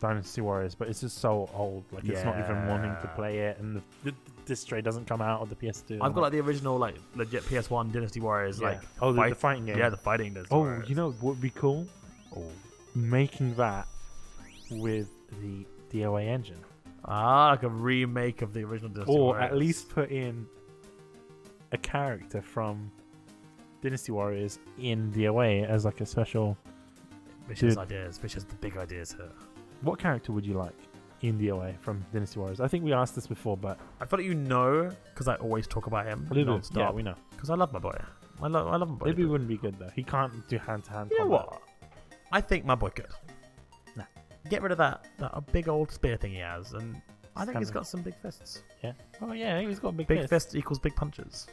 Dynasty Warriors, but it's just so old. Like it's not even wanting to Yeah. play it, and the, the, the disc tray doesn't come out of the PS2. I've got like the original like legit PS1 Dynasty Warriors like oh the, fight- the fighting game. yeah the fighting Dynasty oh, Warriors. you know what would be cool? Oh. Making that with the DOA engine, ah like a remake of the original Dynasty or Warriors. at least put in a character from Dynasty Warriors in DOA as like a special vicious dude. ideas, vicious the big ideas here. What character would you like in the OA from Dynasty Warriors? I think we asked this before, but I feel like you know because I always talk about him a little non-stop. yeah, we know. because I love my boy. I love I love my boy. Maybe it wouldn't be good though. He can't do hand to hand. You know what? I think my boy could. Nah. Get rid of that, that a big old spear thing he has, and I think he's Stamina. got some big fists. Oh yeah, he's got a big, Big fist. fist equals big punches.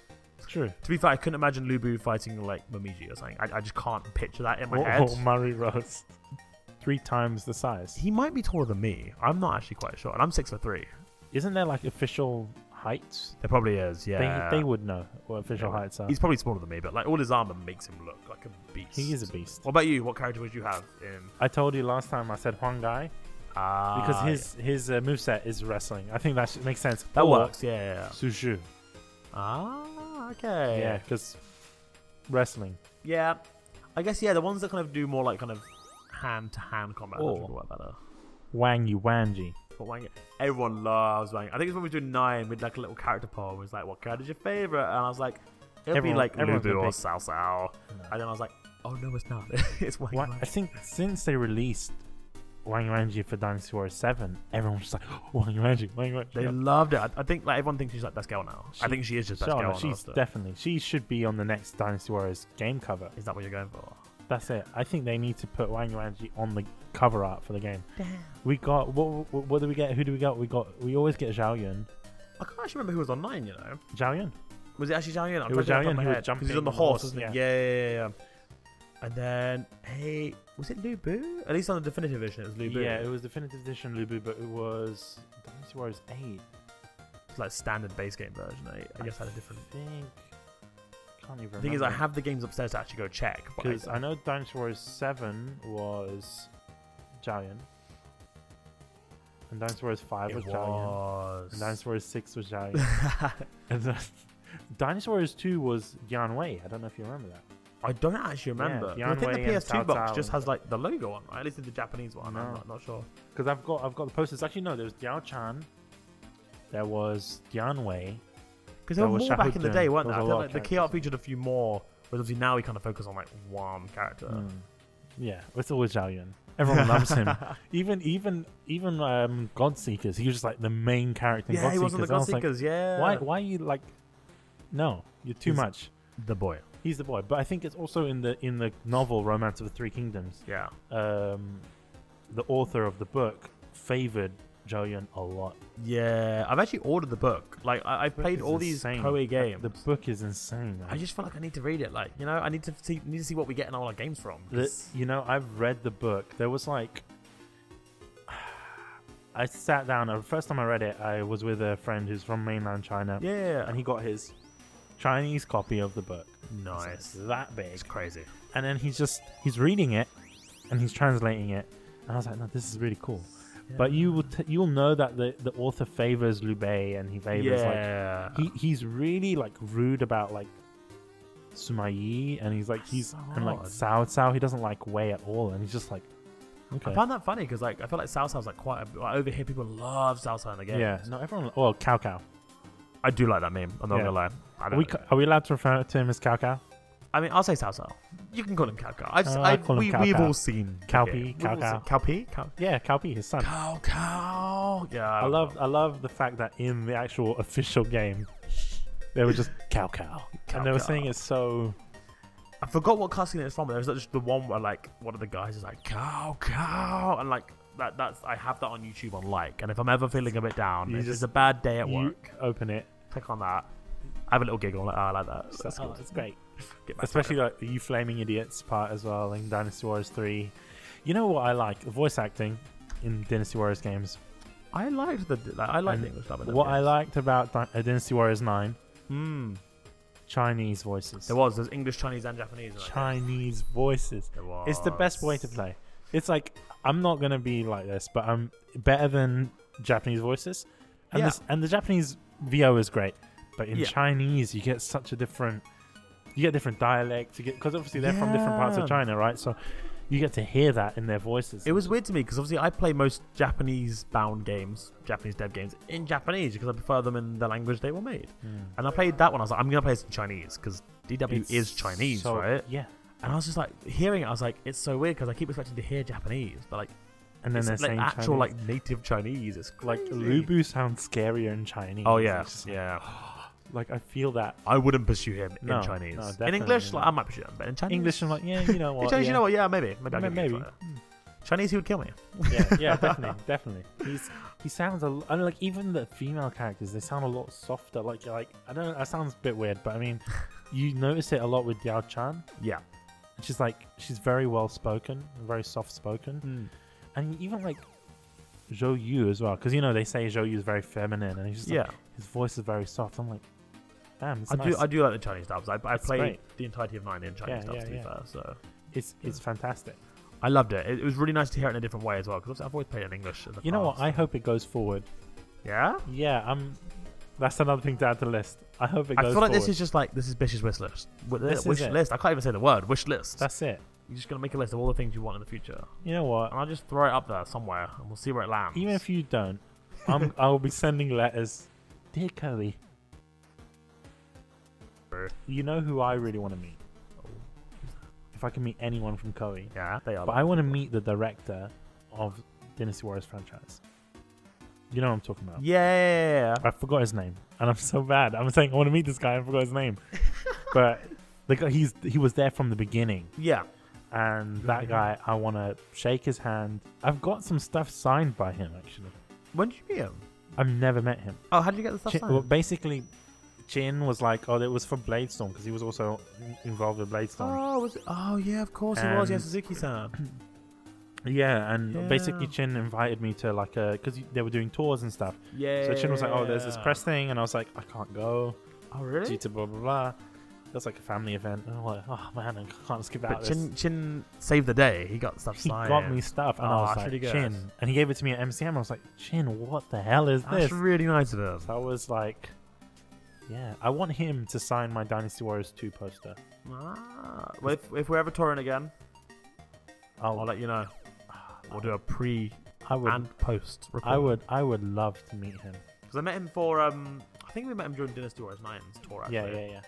True. To be fair, I couldn't imagine Lubu fighting like Momiji or something. I, I just can't picture that in my Or- head. or Murray Rose, *laughs* three times the size. He might be taller than me. I'm not actually quite sure, and I'm six foot three. Isn't there like official heights? There probably is, yeah. They, they would know what official Yeah. heights are. He's probably smaller than me, but like all his armor makes him look like a beast. he is a beast. What about you? What character would you have in? I told you last time. I said Huang Gai Ah, because his his uh, moveset is wrestling. I think that should make sense. that Or works. Yeah, yeah, yeah. Suzhu. Ah, okay. Yeah, because wrestling. Yeah, I guess yeah. The ones that kind of do more like kind of hand to hand combat. Oh. Oh. Work better. Wang Yu Wanji. But Wang, everyone loves Wang. I think it's when we do nine with like a little character poll. It was like, "What character's your favorite?" And I was like, "It'll Everyone- be like everyone's Lubu gonna or pick- Sao Sao." No. And then I was like, "Oh no, it's not. *laughs* it's Wang." Wha- Wang. *laughs* I think since they released Wang Ranji for Dynasty Warriors 7, everyone was just like, *gasps* Wang Ranji, Wang Ranji. They loved it. I, I think like everyone thinks she's like best girl now. I She- think she is just best so, girl. no, now, she's so- definitely, she should be on the next Dynasty Warriors game cover. is that what you're going for? That's it. I think they need to put Wang Ranji on the cover art for the game. We got, what, what, what do we get? Who do we got? We got, we always get Zhao Yun. I can't actually remember who was on nine. You know, Zhao Yun? was it actually Zhao Yun? I'm It was trying to think off the top of Zhao Yun my who was head, 'cause He's jumping on the on the horse, horse, isn't he? Yeah, yeah, yeah. yeah. And then, hey, was it Lubu? At least on the definitive edition, it was Lubu. Yeah, it was Definitive Edition Lubu, but it was Dynasty Warriors 8. It's like standard base game version. I, I guess I had a different. think. Can't even The remember. thing is, I have the games upstairs to actually go check. but Because I know Dynasty Warriors 7 was Giant. And Dynasty Warriors 5 it was, was. Giant. *laughs* And Dynasty Warriors 6 was Giant. and then *laughs* Dynasty Warriors 2 was Yan Wei. I don't know if you remember that. I don't actually remember. Yeah, I think the Yanwei and PS2 box Taotao just and- has like the logo on, right? At least in the Japanese one. No. I'm not, not sure. Because I've got I've got the posters. Actually, no, there was Diao Chan. There was Yan Wei. Because there There were was more back in the Shahogun. day, weren't There there? I was a feel lot like of the key art featured a few more, but obviously now we kind of focus on like one character. Mm. Yeah, it's always Zhao Yun. Everyone *laughs* loves him. Even even even um, God Seekers. He was just like the main character in Yeah, he God was on the Seekers. and I God was like, Seekers, yeah. why why are you like? No, you're too He's- much. The boy. He's the boy. But I think it's also in the in the novel Romance of the Three Kingdoms. Yeah. Um, the author of the book favored Zhao Yun a lot. Yeah. I've actually ordered the book. Like, I, I've book played is all these insane. Koei games. The book is insane. Man. I just feel like I need to read it. Like, you know, I need to see need to see what we get in all our games from. The, 'cause- you know, I've read the book. There was like, *sighs* I sat down. The first time I read it, I was with a friend who's from mainland China, yeah. and he got his Chinese copy of the book. It's, like, nice. that big. It's crazy. And then he's just he's reading it, and he's translating it, and I was like, no, this is really cool. But you will t- you'll know that the the author favors Liu Bei, and he favors like yeah. he he's really like rude about like Sumayi and he's like he's So and like odd. Cao Cao he doesn't like Wei at all and he's just like I okay find that funny because like I feel like South South's like quite a, like, over here. People love South South in the game. yeah no everyone well Cao Cao I do like that meme. I'm not Yeah. gonna lie. I are don't. we ca- are we allowed to refer to him as Cao Cao I mean, I'll say South South. You can call him Cow Cow. I've, Uh, I I've, call him we, Cow we've Cow. all seen Cow P. Pea, Cow Cow. Cow P. Cow yeah Cao P his son Cow Cow. Yeah. I love I love the fact that in the actual official game they were just Cao Cao Cao and they were Cao. saying it's so I forgot what cussing it's from. but There's just the one where like one of the guys is like Cow Cow, and like that. That's I have that on YouTube on like. And if I'm ever feeling a bit down, You if it's just- a bad day at you work. open it Click on that. I have a little giggle. I'm like, oh, I like that. that's Oh, good it's great get back to especially like the you flaming idiots part as well in Dynasty Warriors 3. You know what I like? Voice acting in Dynasty Warriors games. I liked the like, I liked And the English dub. in that What I game. liked about Di- uh, Dynasty Warriors 9, Mm. Chinese voices. There was there's English, Chinese, and Japanese. in that game. Chinese voices. There was. It's the best way to play. It's like I'm not gonna be like this, but I'm better than Japanese voices, and Yeah. this and the Japanese VO is great, but in Yeah. Chinese you get such a different, you get different dialects, you get because obviously they're from different parts Yeah. of China, right? So you get to hear that in their voices. It was weird to me because obviously I play most Japanese-bound games, Japanese dev games in Japanese because I prefer them in the language they were made. And I played that one. I was like, I'm gonna play this in Chinese because DW It's is Chinese, so- right? Yeah, And I was just like hearing it. I was like, it's so weird because I keep expecting to hear Japanese, but like, and then it's they're like saying actual Chinese. like native Chinese. It's like crazy. Lubu sounds scarier in Chinese. Oh yeah, It's just like, yeah. like I feel that I wouldn't pursue him No, in Chinese. no, in definitely English, not. like, I might pursue him, but in Chinese, English. I'm like, yeah, you *laughs* know in what? Chinese, yeah. you know what? Yeah, maybe, maybe, I'll Ma- give it a maybe. Hmm. try. Chinese, he would kill me. *laughs* yeah, yeah, definitely, definitely. He's he sounds a l- and like even the female characters they sound a lot softer. Like like I don't, that sounds a bit weird, but I mean, you notice it a lot with Yao Chan. Yeah. She's like she's very well spoken, very soft spoken, and even like Zhou Yu as well, because you know they say Zhou Yu is very feminine, and he's just Yeah. like, his voice is very soft. I'm like, damn, it's I nice. do. I do like the Chinese dubs. I, I It's played great. the entirety of nine in Chinese Yeah, dubs. yeah, to be yeah. fair, so it's it's fantastic. I loved it. it. It was really nice to hear it in a different way as well because I've always played in English. In the You know what? past. I hope it goes forward. yeah. Yeah, I'm. That's another thing to add to the list. I hope it I goes. feel like this forward. is just like this is Bish's wish list. Wi- This is wish it. list. I can't even say the word wish list. that's it. You're just gonna make a list of all the things you want in the future, You know what? and I'll just throw it up there somewhere, and we'll see where it lands. Even if you don't, I'm, I will be sending letters. Dear Curly, Brr. you know who I really want to meet? If I can meet anyone from Koei. yeah, they are. But I want to meet the director of Dynasty Warriors franchise. You know what I'm talking about. yeah. I forgot his name, and I'm so bad. I'm saying I want to meet this guy, and I forgot his name. but the guy, he's he was there from the beginning, Yeah. and that guy, I want to shake his hand. I've got some stuff signed by him actually. When did you meet him? I've never met him. Oh, how did you get the stuff Chi- signed? well, basically, Chin was like, oh, it was for Bladestorm because he was also in- involved with Bladestorm. Oh, was it? oh yeah, of course it was. Yeah, Um, *clears throat* Suzuki-san. Yeah, and basically Yeah. Chin invited me to like a because they were doing tours and stuff. Yeah. So Chin was like, "Oh, there's this press thing," and I was like, "I can't go Oh, due really? to blah blah blah." That's like a family event. And I'm like, "Oh man, I can't skip out." But of this. Chin Chin saved the day. He got stuff he signed. got me stuff, and I Oh, was that's like, really good. "Chin," and he gave it to me at MCM. I was like, "Chin, what the hell is That's this?" really nice of him. So I was like, "Yeah, I want him to sign my Dynasty Warriors two poster." Ah, well, if, if we're ever touring again, I'll, I'll let you know. We'll do a pre I would, and post. I would, I would love to meet him. Because I met him for um, I think we met him during Dynasty Warriors Nine's tour. Actually. Yeah, yeah,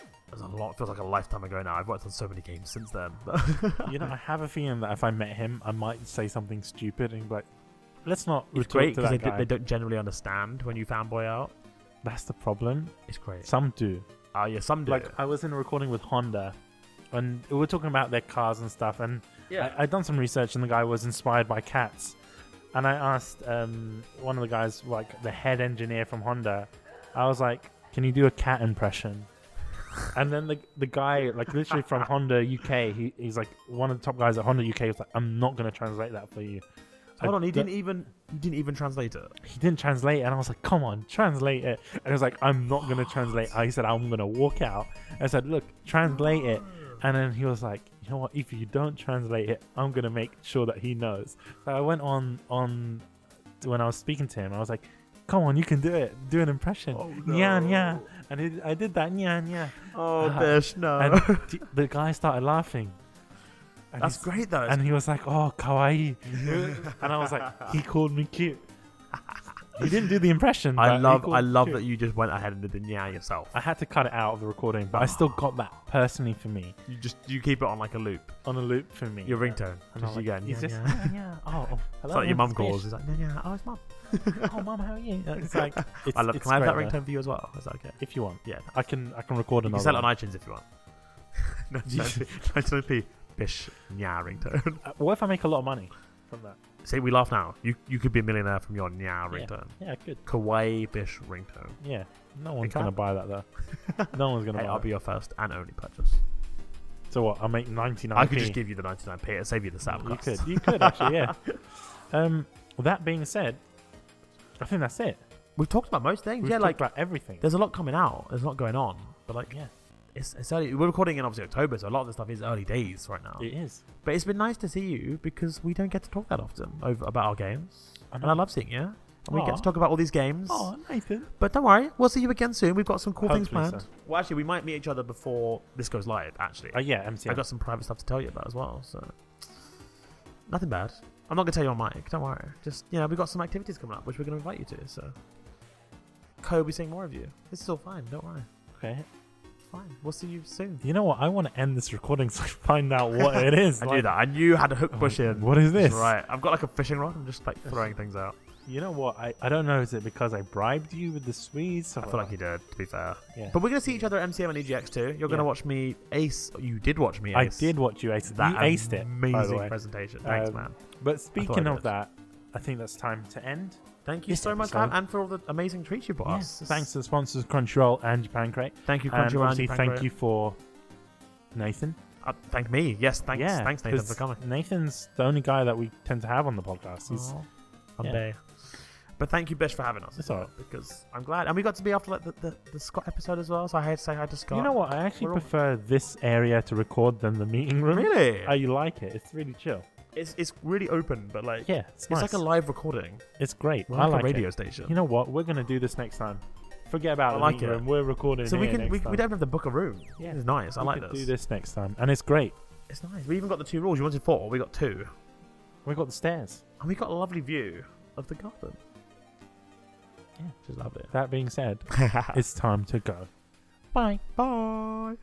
It was a lot. Feels like a lifetime ago now. I've worked on so many games since then. *laughs* yeah. you know, I have a feeling that if I met him, I might say something stupid and be like, "Let's not." it's retort great to because they, that do- guy." they don't generally understand when you fanboy out. That's the problem. It's great. Some do. Oh yeah, some do. Like I was in a recording with Honda, and we were talking about their cars and stuff. And I, I'd done some research, and the guy was inspired by cats. And I asked um, one of the guys, like the head engineer from Honda, I was like, "Can you do a cat impression?" and then the the guy, like literally *laughs* from Honda UK, he, he's like one of the top guys at Honda UK. Was like, "I'm not going to translate that for you." Hold I- on, he that- didn't even he didn't even translate it. he didn't translate it, and I was like, come on, translate it. And he was like, I'm not gonna translate. I said, I'm gonna walk out. I said, look, translate it. And then he was like, you know what? If you don't translate it, I'm gonna make sure that he knows. So I went on on when I was speaking to him. I was like, come on, you can do it. Do an impression. Yeah, yeah. And he, I did that. Yeah, yeah. Oh, Uh, Bish, no. And d- the guy started laughing. And That's he's- great though. and he was like, "Oh, *laughs* kawaii," and I was like, "He called me cute." He didn't do the impression. I but he love called I me love cute. that you just went ahead and did the yeah yourself. I had to cut it out of the recording, but I still got that personally for me You just you keep it on like a loop. on a loop for me. Your ringtone. And Just I'm you like, going, he's yeah, just, yeah. yeah. Oh, oh, hello. It's like your mum it's calls. It's Bish. like, yeah, yeah, oh, it's mum. Oh, mum, how *laughs* are you? It's like, it's, I love. it's Can I have that great, though. ringtone for you as well? Is that okay? If you want, Yeah. I can. I can record You another. can sell it one. on iTunes if you want. no, totally, no, totally. Bish, yeah, ringtone. Uh, what if I make a lot of money from that? See, we laugh now. You you could be a millionaire from your yeah ringtone. Yeah, good. Kawaii Bish ringtone. Yeah, no one's Okay. gonna buy that though. *laughs* No one's gonna Hey, buy. I'll it. be your first and only purchase. So what? I'll make ninety nine. I could just give you the 99p. It'd save you the setup You costs. could, you could actually, *laughs* yeah. Um, that being said, I think that's it. We've talked about most things. We've yeah, talked like about everything. there's a lot coming out. There's a lot going on, but like Yeah. it's, it's early. We're recording in obviously October, so a lot of this stuff is early days right now. It is. But it's been nice to see you because we don't get to talk that often over about our games, and I love seeing you. And we get Aw. to talk about all these games. Oh, Nathan. But don't worry, we'll see you again soon. We've got some cool Hopefully things planned. Well, actually, we might meet each other before this goes live. Actually, Oh yeah, MCM. I got some private stuff to tell you about as well. So nothing bad. I'm not gonna tell you on mic. Don't worry. Just you know, we got some activities coming up which we're gonna invite you to. So Co will be seeing more of you. This is all fine. Don't worry. okay. It's fine. We'll see you soon. You know what? I want to end this recording *laughs* so I find out what it *laughs* is. I like- knew that. I knew I had a hook I'm push like, in. What is That's this? Right. I've got like a fishing rod. I'm just like throwing things out. You know what? I, I don't know. Is it because I bribed you with the Swedes? I feel like you did. To be fair. Yeah. But we're gonna see each other at MCM and EGX too. You're gonna Yeah. watch me ace. You did watch me. I ace did watch you ace it. That you aced it. amazing by the way. presentation. Thanks, Um, man. But speaking I of did. that, I think that's time to end. Thank you this so much, episode- man, and for all the amazing treats you bought us. Yes. Thanks to the sponsors Crunchyroll and Japan Crate. Thank you, And Crunchyroll. obviously, thank you for Nathan. Uh, thank me. Yes, thanks. Yeah, thanks, Nathan, 'cause for coming. Oh, Nathan's the only guy that we tend to have on the podcast. He's I'm yeah. there. But thank you, Bish, for having us. It's as well, alright. Because I'm glad. And we got to be after like, the, the, the Scott episode as well, so I had to say hi to Scott. you know what? I actually We're all- prefer this area to record than the meeting room. Really? I like it. It's really chill. it's, it's really open, but like. Yeah, it's, It's like a live recording. It's great. We're I like like a radio It. station. You know what? We're gonna do this next time. Forget I about the like meeting it. room. We're recording. so we here can next we, time. we don't have to book a room. Yeah. It's nice. I We like could this. Do this next time, and it's great. It's nice. We even got the two rules. You wanted four, we got two. We got the stairs. And we got a lovely view of the garden. Yeah. *laughs* Which is lovely. That being said, it's time to go. Bye. Bye.